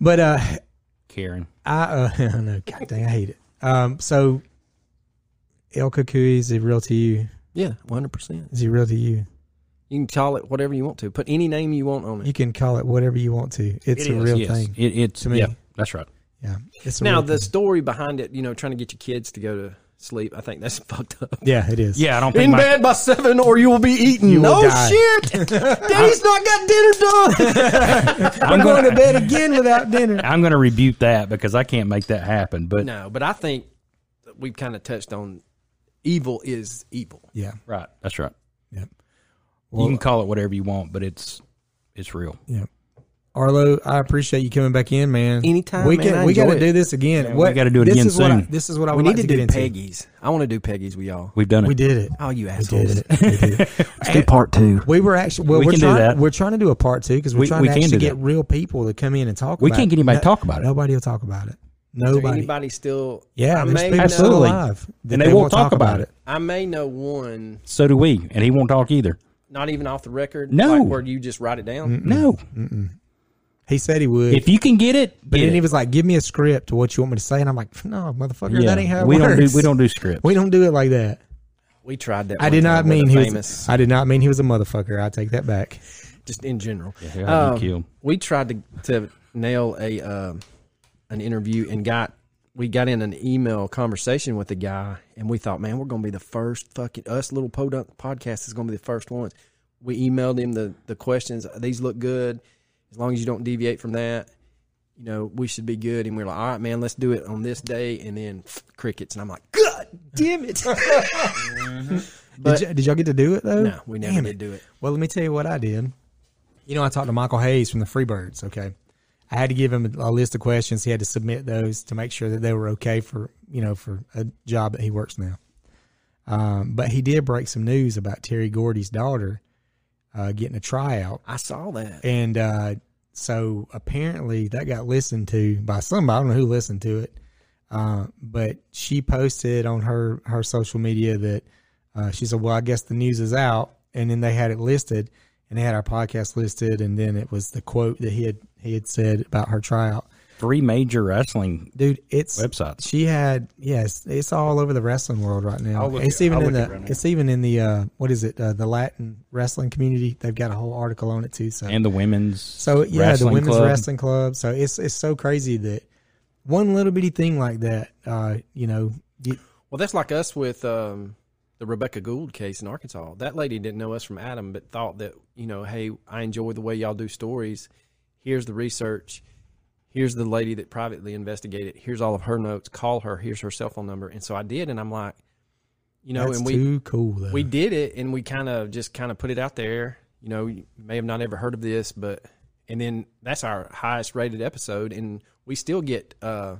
[SPEAKER 1] but uh,
[SPEAKER 2] Karen.
[SPEAKER 1] I uh, I don't know. God dang, I hate it. Um, so El Cucuy is he real to you?
[SPEAKER 3] yeah, one hundred percent.
[SPEAKER 1] Is he real to you?
[SPEAKER 3] You can call it whatever you want to. Put any name you want on it.
[SPEAKER 1] You can call it whatever you want to. It's a real
[SPEAKER 2] yes.
[SPEAKER 1] thing.
[SPEAKER 2] It, it's
[SPEAKER 1] to me.
[SPEAKER 2] yeah. That's right.
[SPEAKER 1] Yeah. It's a
[SPEAKER 3] now
[SPEAKER 1] real
[SPEAKER 3] the
[SPEAKER 1] thing.
[SPEAKER 3] story behind it, you know, trying to get your kids to go to sleep. I think that's fucked up.
[SPEAKER 1] Yeah, it is.
[SPEAKER 2] Yeah, I don't think
[SPEAKER 3] In
[SPEAKER 2] my,
[SPEAKER 3] bed by seven, or you will be eaten.
[SPEAKER 1] will
[SPEAKER 3] no
[SPEAKER 1] die.
[SPEAKER 3] shit, daddy's not got dinner done.
[SPEAKER 2] I'm
[SPEAKER 1] Going
[SPEAKER 2] gonna
[SPEAKER 1] to bed again without dinner.
[SPEAKER 2] I'm gonna rebuke that because I can't make that happen. But
[SPEAKER 3] no, but I think that we've kind of touched on evil is evil.
[SPEAKER 1] Yeah.
[SPEAKER 2] right, that's right.
[SPEAKER 1] Yeah.
[SPEAKER 2] you can call it whatever you want, but it's it's real.
[SPEAKER 1] Yeah. Arlo, I appreciate you coming back in, man.
[SPEAKER 3] Anytime,
[SPEAKER 1] We
[SPEAKER 3] man, I
[SPEAKER 1] we gotta
[SPEAKER 3] enjoy it.
[SPEAKER 1] do this again.
[SPEAKER 2] we
[SPEAKER 1] what,
[SPEAKER 2] gotta do it
[SPEAKER 1] this
[SPEAKER 2] again
[SPEAKER 1] is What I,
[SPEAKER 2] soon.
[SPEAKER 1] this is what I
[SPEAKER 3] we
[SPEAKER 1] would
[SPEAKER 3] need
[SPEAKER 1] like
[SPEAKER 3] to,
[SPEAKER 1] get
[SPEAKER 3] do
[SPEAKER 1] into.
[SPEAKER 3] Peggy's. I want to do Peggy's with y'all.
[SPEAKER 2] We've done it.
[SPEAKER 1] We did it.
[SPEAKER 3] Oh, you assholes.
[SPEAKER 1] did it. We did it.
[SPEAKER 3] Let's do part two.
[SPEAKER 1] We were actually well,
[SPEAKER 2] We
[SPEAKER 1] we are
[SPEAKER 2] can do
[SPEAKER 1] trying,
[SPEAKER 2] that.
[SPEAKER 1] We're trying to do a part two because we're
[SPEAKER 2] We-
[SPEAKER 1] trying
[SPEAKER 2] we
[SPEAKER 1] to
[SPEAKER 2] can
[SPEAKER 1] actually
[SPEAKER 2] do
[SPEAKER 1] get
[SPEAKER 2] that.
[SPEAKER 1] real people to come in and talk.
[SPEAKER 2] We
[SPEAKER 1] about
[SPEAKER 2] can't
[SPEAKER 1] it.
[SPEAKER 2] get anybody to
[SPEAKER 1] No-
[SPEAKER 2] talk about it.
[SPEAKER 1] Nobody will talk about it.
[SPEAKER 3] Is there
[SPEAKER 1] Nobody.
[SPEAKER 3] anybody still?
[SPEAKER 1] Yeah,
[SPEAKER 3] I
[SPEAKER 1] there's
[SPEAKER 3] may
[SPEAKER 1] people
[SPEAKER 3] know,
[SPEAKER 1] still
[SPEAKER 2] Absolutely.
[SPEAKER 1] alive, that
[SPEAKER 2] And they won't talk about it.
[SPEAKER 3] I may know one,
[SPEAKER 2] So do we, and he won't talk either.
[SPEAKER 3] not even off the record.
[SPEAKER 2] No.
[SPEAKER 3] like where you just write it down.
[SPEAKER 1] Mm-hmm.
[SPEAKER 2] No,
[SPEAKER 1] He said he would.
[SPEAKER 2] if you can get it,
[SPEAKER 1] But
[SPEAKER 2] get
[SPEAKER 1] then
[SPEAKER 2] it.
[SPEAKER 1] he was like, "Give me a script of what you want me to say," and I'm like, "No, motherfucker,
[SPEAKER 2] Yeah,
[SPEAKER 1] that ain't how it
[SPEAKER 2] we
[SPEAKER 1] works.
[SPEAKER 2] don't do we don't do script.
[SPEAKER 1] We don't do it like that."
[SPEAKER 3] We tried that.
[SPEAKER 1] I
[SPEAKER 3] one
[SPEAKER 1] did
[SPEAKER 3] time
[SPEAKER 1] not
[SPEAKER 3] with a
[SPEAKER 1] mean he
[SPEAKER 3] famous,
[SPEAKER 1] was. I did not mean he was a motherfucker. I take that back.
[SPEAKER 3] just in general. Um,
[SPEAKER 2] yeah, you killed.
[SPEAKER 3] We tried to to nail a um, an interview and got we got in an email conversation with the guy, and we thought, man, we're going to be the first fucking us little podunk podcast is going to be the first ones. we emailed him the the questions. These look good. As long as you don't deviate from that, you know, we should be good. And we are like, all right, man, let's do it on this day. And then crickets. And I'm like, God damn it.
[SPEAKER 1] did, y- did y'all get to do it though?
[SPEAKER 3] no, we never
[SPEAKER 1] Damn
[SPEAKER 3] did
[SPEAKER 1] it.
[SPEAKER 3] do it.
[SPEAKER 1] Well, let me tell you what I did. You know, I talked to Michael Hayes from the Freebirds. Okay, I had to give him a list of questions. He had to submit those to make sure that they were okay for you know for a job that he works now. Um, but he did break some news about Terry Gordy's daughter uh, getting a tryout,
[SPEAKER 3] I saw that.
[SPEAKER 1] and uh, so apparently that got listened to by somebody. I don't know who listened to it, uh, but she posted on her her social media that uh, she said, "Well, I guess the news is out," and then they had it listed, and they had our podcast listed, and then it was the quote that he had he had said about her tryout.
[SPEAKER 2] Three major wrestling.
[SPEAKER 1] Dude, it's
[SPEAKER 2] Websites.
[SPEAKER 1] She had yes, it's all over the wrestling world right now.
[SPEAKER 2] I'll look
[SPEAKER 1] it's
[SPEAKER 2] it-
[SPEAKER 1] even
[SPEAKER 2] I'll
[SPEAKER 1] in
[SPEAKER 2] look it
[SPEAKER 1] the
[SPEAKER 2] right now.
[SPEAKER 1] it's even in the uh, what is it uh, the Latin wrestling community. They've got a whole article on it too. So
[SPEAKER 2] And the women's.
[SPEAKER 1] so yeah, the
[SPEAKER 2] wrestling
[SPEAKER 1] women's
[SPEAKER 2] club.
[SPEAKER 1] wrestling club. So it's it's so crazy that one little bitty thing like that, uh, you know, you,
[SPEAKER 3] Well, that's like us with um, the Rebecca Gould case in Arkansas. That lady didn't know us from Adam, but thought that you know, hey, I enjoy the way y'all do stories. Here's the research. Here's the lady that privately investigated. Here's all of her notes. Call her. Here's her cell phone number. And so I did, and I'm like, you know,
[SPEAKER 1] that's
[SPEAKER 3] and we
[SPEAKER 1] too cool. Though.
[SPEAKER 3] we did it, and we kind of just kind of put it out there. You know, you may have not ever heard of this, but and then that's our highest rated episode, and we still get uh,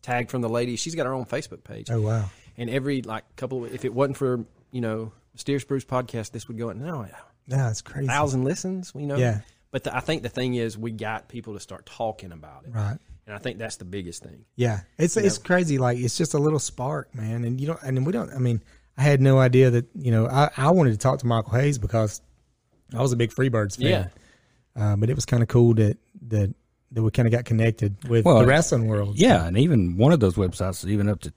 [SPEAKER 3] tagged from the lady. She's got her own Facebook page
[SPEAKER 1] oh wow,
[SPEAKER 3] and every like couple if it wasn't for you know Steer Spruce podcast this would go at no
[SPEAKER 1] yeah, it's crazy.
[SPEAKER 3] thousand listens you know
[SPEAKER 1] Yeah.
[SPEAKER 3] but the, I think the thing is we got people to start talking about it
[SPEAKER 1] Right.
[SPEAKER 3] and I think that's the biggest thing
[SPEAKER 1] Yeah, it's it's crazy. Like it's just a little spark, man. And you don't. And we don't. I mean, I had no idea that you know. I, I wanted to talk to Michael Hayes because I was a big Freebirds fan. Uh, but it was kind of cool that that that we kind of got connected with
[SPEAKER 2] Well,
[SPEAKER 1] the wrestling world.
[SPEAKER 2] Yeah, and even one of those websites is even up to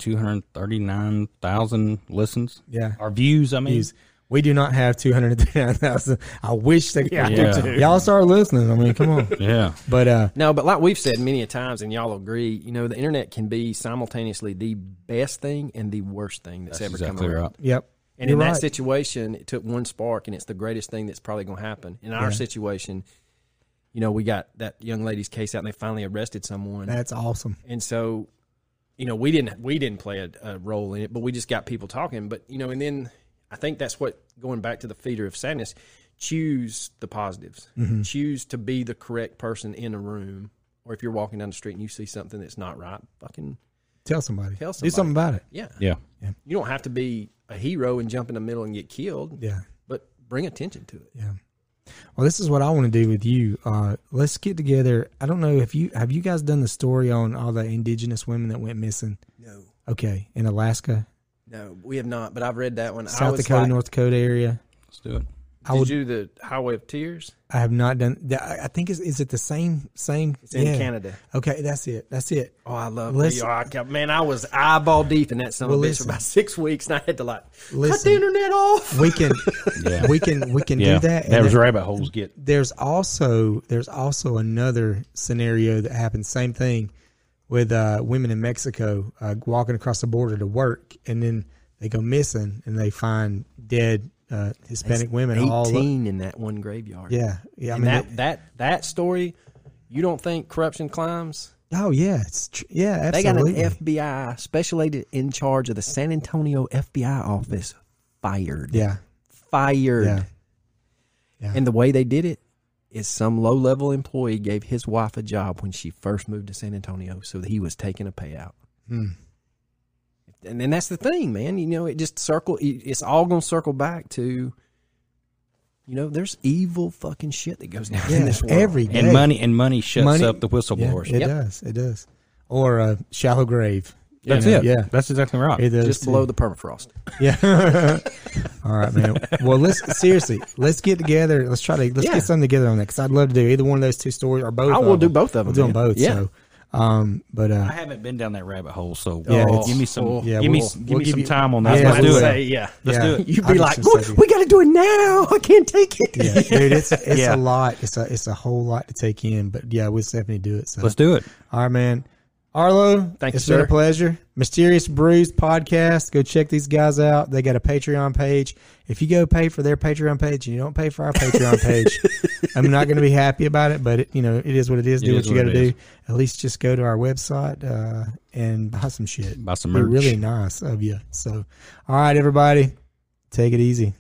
[SPEAKER 2] 239,000 listens.
[SPEAKER 1] Yeah.
[SPEAKER 2] Or views, I mean.
[SPEAKER 1] Jeez. We do not have two hundred thirty-nine thousand. I wish they. Yeah,
[SPEAKER 2] Yeah. do.
[SPEAKER 1] Y'all start listening. I mean, come on.
[SPEAKER 2] Yeah.
[SPEAKER 1] But uh,
[SPEAKER 3] no but like we've said many a times and y'all agree you know the internet can be simultaneously the best thing and the worst thing that's, ever
[SPEAKER 2] Exactly
[SPEAKER 3] come around
[SPEAKER 2] right.
[SPEAKER 1] yep.
[SPEAKER 3] and
[SPEAKER 1] you're
[SPEAKER 3] in
[SPEAKER 1] right.
[SPEAKER 3] that situation it took one spark and it's the greatest thing that's probably going to happen in our situation you know we got that young lady's case out and they finally arrested someone
[SPEAKER 1] that's awesome.
[SPEAKER 3] and so you know we didn't we didn't play a, a role in it but we just got people talking but you know and then i think that's what going back to the feeder of sadness choose the positives
[SPEAKER 1] Mm-hmm.
[SPEAKER 3] choose to be the correct person in a room or if you're walking down the street and you see something that's not right fucking
[SPEAKER 1] Tell somebody.
[SPEAKER 3] Tell
[SPEAKER 1] Do something about it.
[SPEAKER 3] yeah,
[SPEAKER 2] Yeah.
[SPEAKER 3] you don't have to be a hero and jump in the middle and get killed
[SPEAKER 1] Yeah.
[SPEAKER 3] but bring attention to it
[SPEAKER 1] Yeah. Well, this is what I want to do with you. Uh, let's get together. I don't know if you have you guys done the story on all the indigenous women that went missing.
[SPEAKER 3] no
[SPEAKER 1] Okay, in Alaska,
[SPEAKER 3] no we have not but i've read that one I
[SPEAKER 1] South
[SPEAKER 3] was
[SPEAKER 1] Dakota,
[SPEAKER 3] like,
[SPEAKER 1] North Dakota area.
[SPEAKER 2] Let's do it.
[SPEAKER 1] I
[SPEAKER 3] did
[SPEAKER 1] would.
[SPEAKER 3] you do the highway of tears
[SPEAKER 1] I have not done. that. I I think is is it the same same?
[SPEAKER 3] it's in canada
[SPEAKER 1] Okay, that's it. That's it.
[SPEAKER 3] Oh, I love
[SPEAKER 1] Listen-
[SPEAKER 3] Listen, man. I was eyeball deep in that son
[SPEAKER 1] Well,
[SPEAKER 3] of a bitch for
[SPEAKER 1] listen.
[SPEAKER 3] about six weeks, and I had to like cut
[SPEAKER 1] Listen.
[SPEAKER 3] the internet off.
[SPEAKER 1] We can we can we can
[SPEAKER 2] Yeah.
[SPEAKER 1] do that.
[SPEAKER 2] That,
[SPEAKER 1] And
[SPEAKER 2] was
[SPEAKER 1] then-
[SPEAKER 2] rabbit holes get.
[SPEAKER 1] There's also there's also another scenario that happened. Same thing with uh, women in Mexico uh, walking across the border to work, and then they go missing, and they find dead uh, Hispanic women. All o-
[SPEAKER 3] Eighteen in that one graveyard.
[SPEAKER 1] yeah, yeah. I
[SPEAKER 3] and
[SPEAKER 1] mean,
[SPEAKER 3] that, that that story. You don't think corruption climbs?
[SPEAKER 1] that- oh yeah, it's tr- yeah,
[SPEAKER 3] They got
[SPEAKER 1] absolutely.
[SPEAKER 3] an FBI special agent in charge of the San Antonio FBI office fired.
[SPEAKER 1] yeah,
[SPEAKER 3] Fired.
[SPEAKER 1] Yeah. Yeah.
[SPEAKER 3] And the way they did it is some low level employee gave his wife a job when she first moved to San Antonio, so he was taking a payout.
[SPEAKER 1] Hmm.
[SPEAKER 3] And then that's the thing, man. You know, it just circle. It's all gonna circle back to, you know, there's evil fucking shit that goes down in
[SPEAKER 1] yeah.
[SPEAKER 3] this world.
[SPEAKER 1] Every day,
[SPEAKER 2] And money and money shuts
[SPEAKER 1] Money-
[SPEAKER 2] up the
[SPEAKER 1] Yeah,
[SPEAKER 2] whistleblowers.
[SPEAKER 1] it
[SPEAKER 3] Yep.
[SPEAKER 1] does, it does. Or a shallow grave.
[SPEAKER 2] That's
[SPEAKER 1] Yeah.
[SPEAKER 2] it.
[SPEAKER 1] Yeah.
[SPEAKER 2] That's exactly right.
[SPEAKER 1] Either those
[SPEAKER 3] just
[SPEAKER 1] two.
[SPEAKER 3] below the permafrost.
[SPEAKER 1] Yeah. All right, man. Well, let's seriously let's get together. Let's try to let's
[SPEAKER 3] Yeah.
[SPEAKER 1] get something together on that because I'd love to do either one of those two stories or both.
[SPEAKER 3] I
[SPEAKER 1] of
[SPEAKER 3] will do
[SPEAKER 1] them.
[SPEAKER 3] both of
[SPEAKER 1] We'll
[SPEAKER 3] them,
[SPEAKER 1] do them
[SPEAKER 3] man.
[SPEAKER 1] both.
[SPEAKER 3] Yeah.
[SPEAKER 1] So, um, but
[SPEAKER 2] I
[SPEAKER 1] uh,
[SPEAKER 2] haven't been down that rabbit hole, so
[SPEAKER 1] Yeah, it's- Oh.
[SPEAKER 2] give me some
[SPEAKER 1] yeah,
[SPEAKER 2] give me
[SPEAKER 1] we'll-
[SPEAKER 2] some- give
[SPEAKER 1] we'll
[SPEAKER 2] me
[SPEAKER 1] give
[SPEAKER 2] some
[SPEAKER 1] you-
[SPEAKER 2] time on
[SPEAKER 1] I
[SPEAKER 2] that.
[SPEAKER 1] was
[SPEAKER 2] Let's
[SPEAKER 1] gonna
[SPEAKER 2] do
[SPEAKER 1] say,
[SPEAKER 2] it. Yeah, let's
[SPEAKER 1] yeah.
[SPEAKER 2] do it.
[SPEAKER 3] You'd
[SPEAKER 1] I'll
[SPEAKER 3] be
[SPEAKER 1] get
[SPEAKER 3] like,
[SPEAKER 1] some
[SPEAKER 3] "Whoa,
[SPEAKER 1] stuff.
[SPEAKER 3] we got to do it now. I can't take it.
[SPEAKER 1] yeah, dude, it's it's
[SPEAKER 2] Yeah.
[SPEAKER 1] a lot. It's a it's a whole lot to take in. But yeah, we'll definitely do it. So
[SPEAKER 2] Let's do it.
[SPEAKER 1] All right, man. Arlo,
[SPEAKER 3] Thank you,
[SPEAKER 1] it's been
[SPEAKER 3] sir.
[SPEAKER 1] a pleasure. Mysterious Brews podcast. Go check these guys out. They got a Patreon page. If you go pay for their Patreon page and you don't pay for our Patreon page, I'm not going to be happy about it. But it, you know, it is what it is. do
[SPEAKER 2] It
[SPEAKER 1] what
[SPEAKER 2] is
[SPEAKER 1] you
[SPEAKER 2] what
[SPEAKER 1] got to
[SPEAKER 2] it is.
[SPEAKER 1] do. At least just go to our website uh, and buy some shit.
[SPEAKER 2] Buy some
[SPEAKER 1] They're
[SPEAKER 2] merch.
[SPEAKER 1] Really nice of you. So, all right, everybody, take it easy.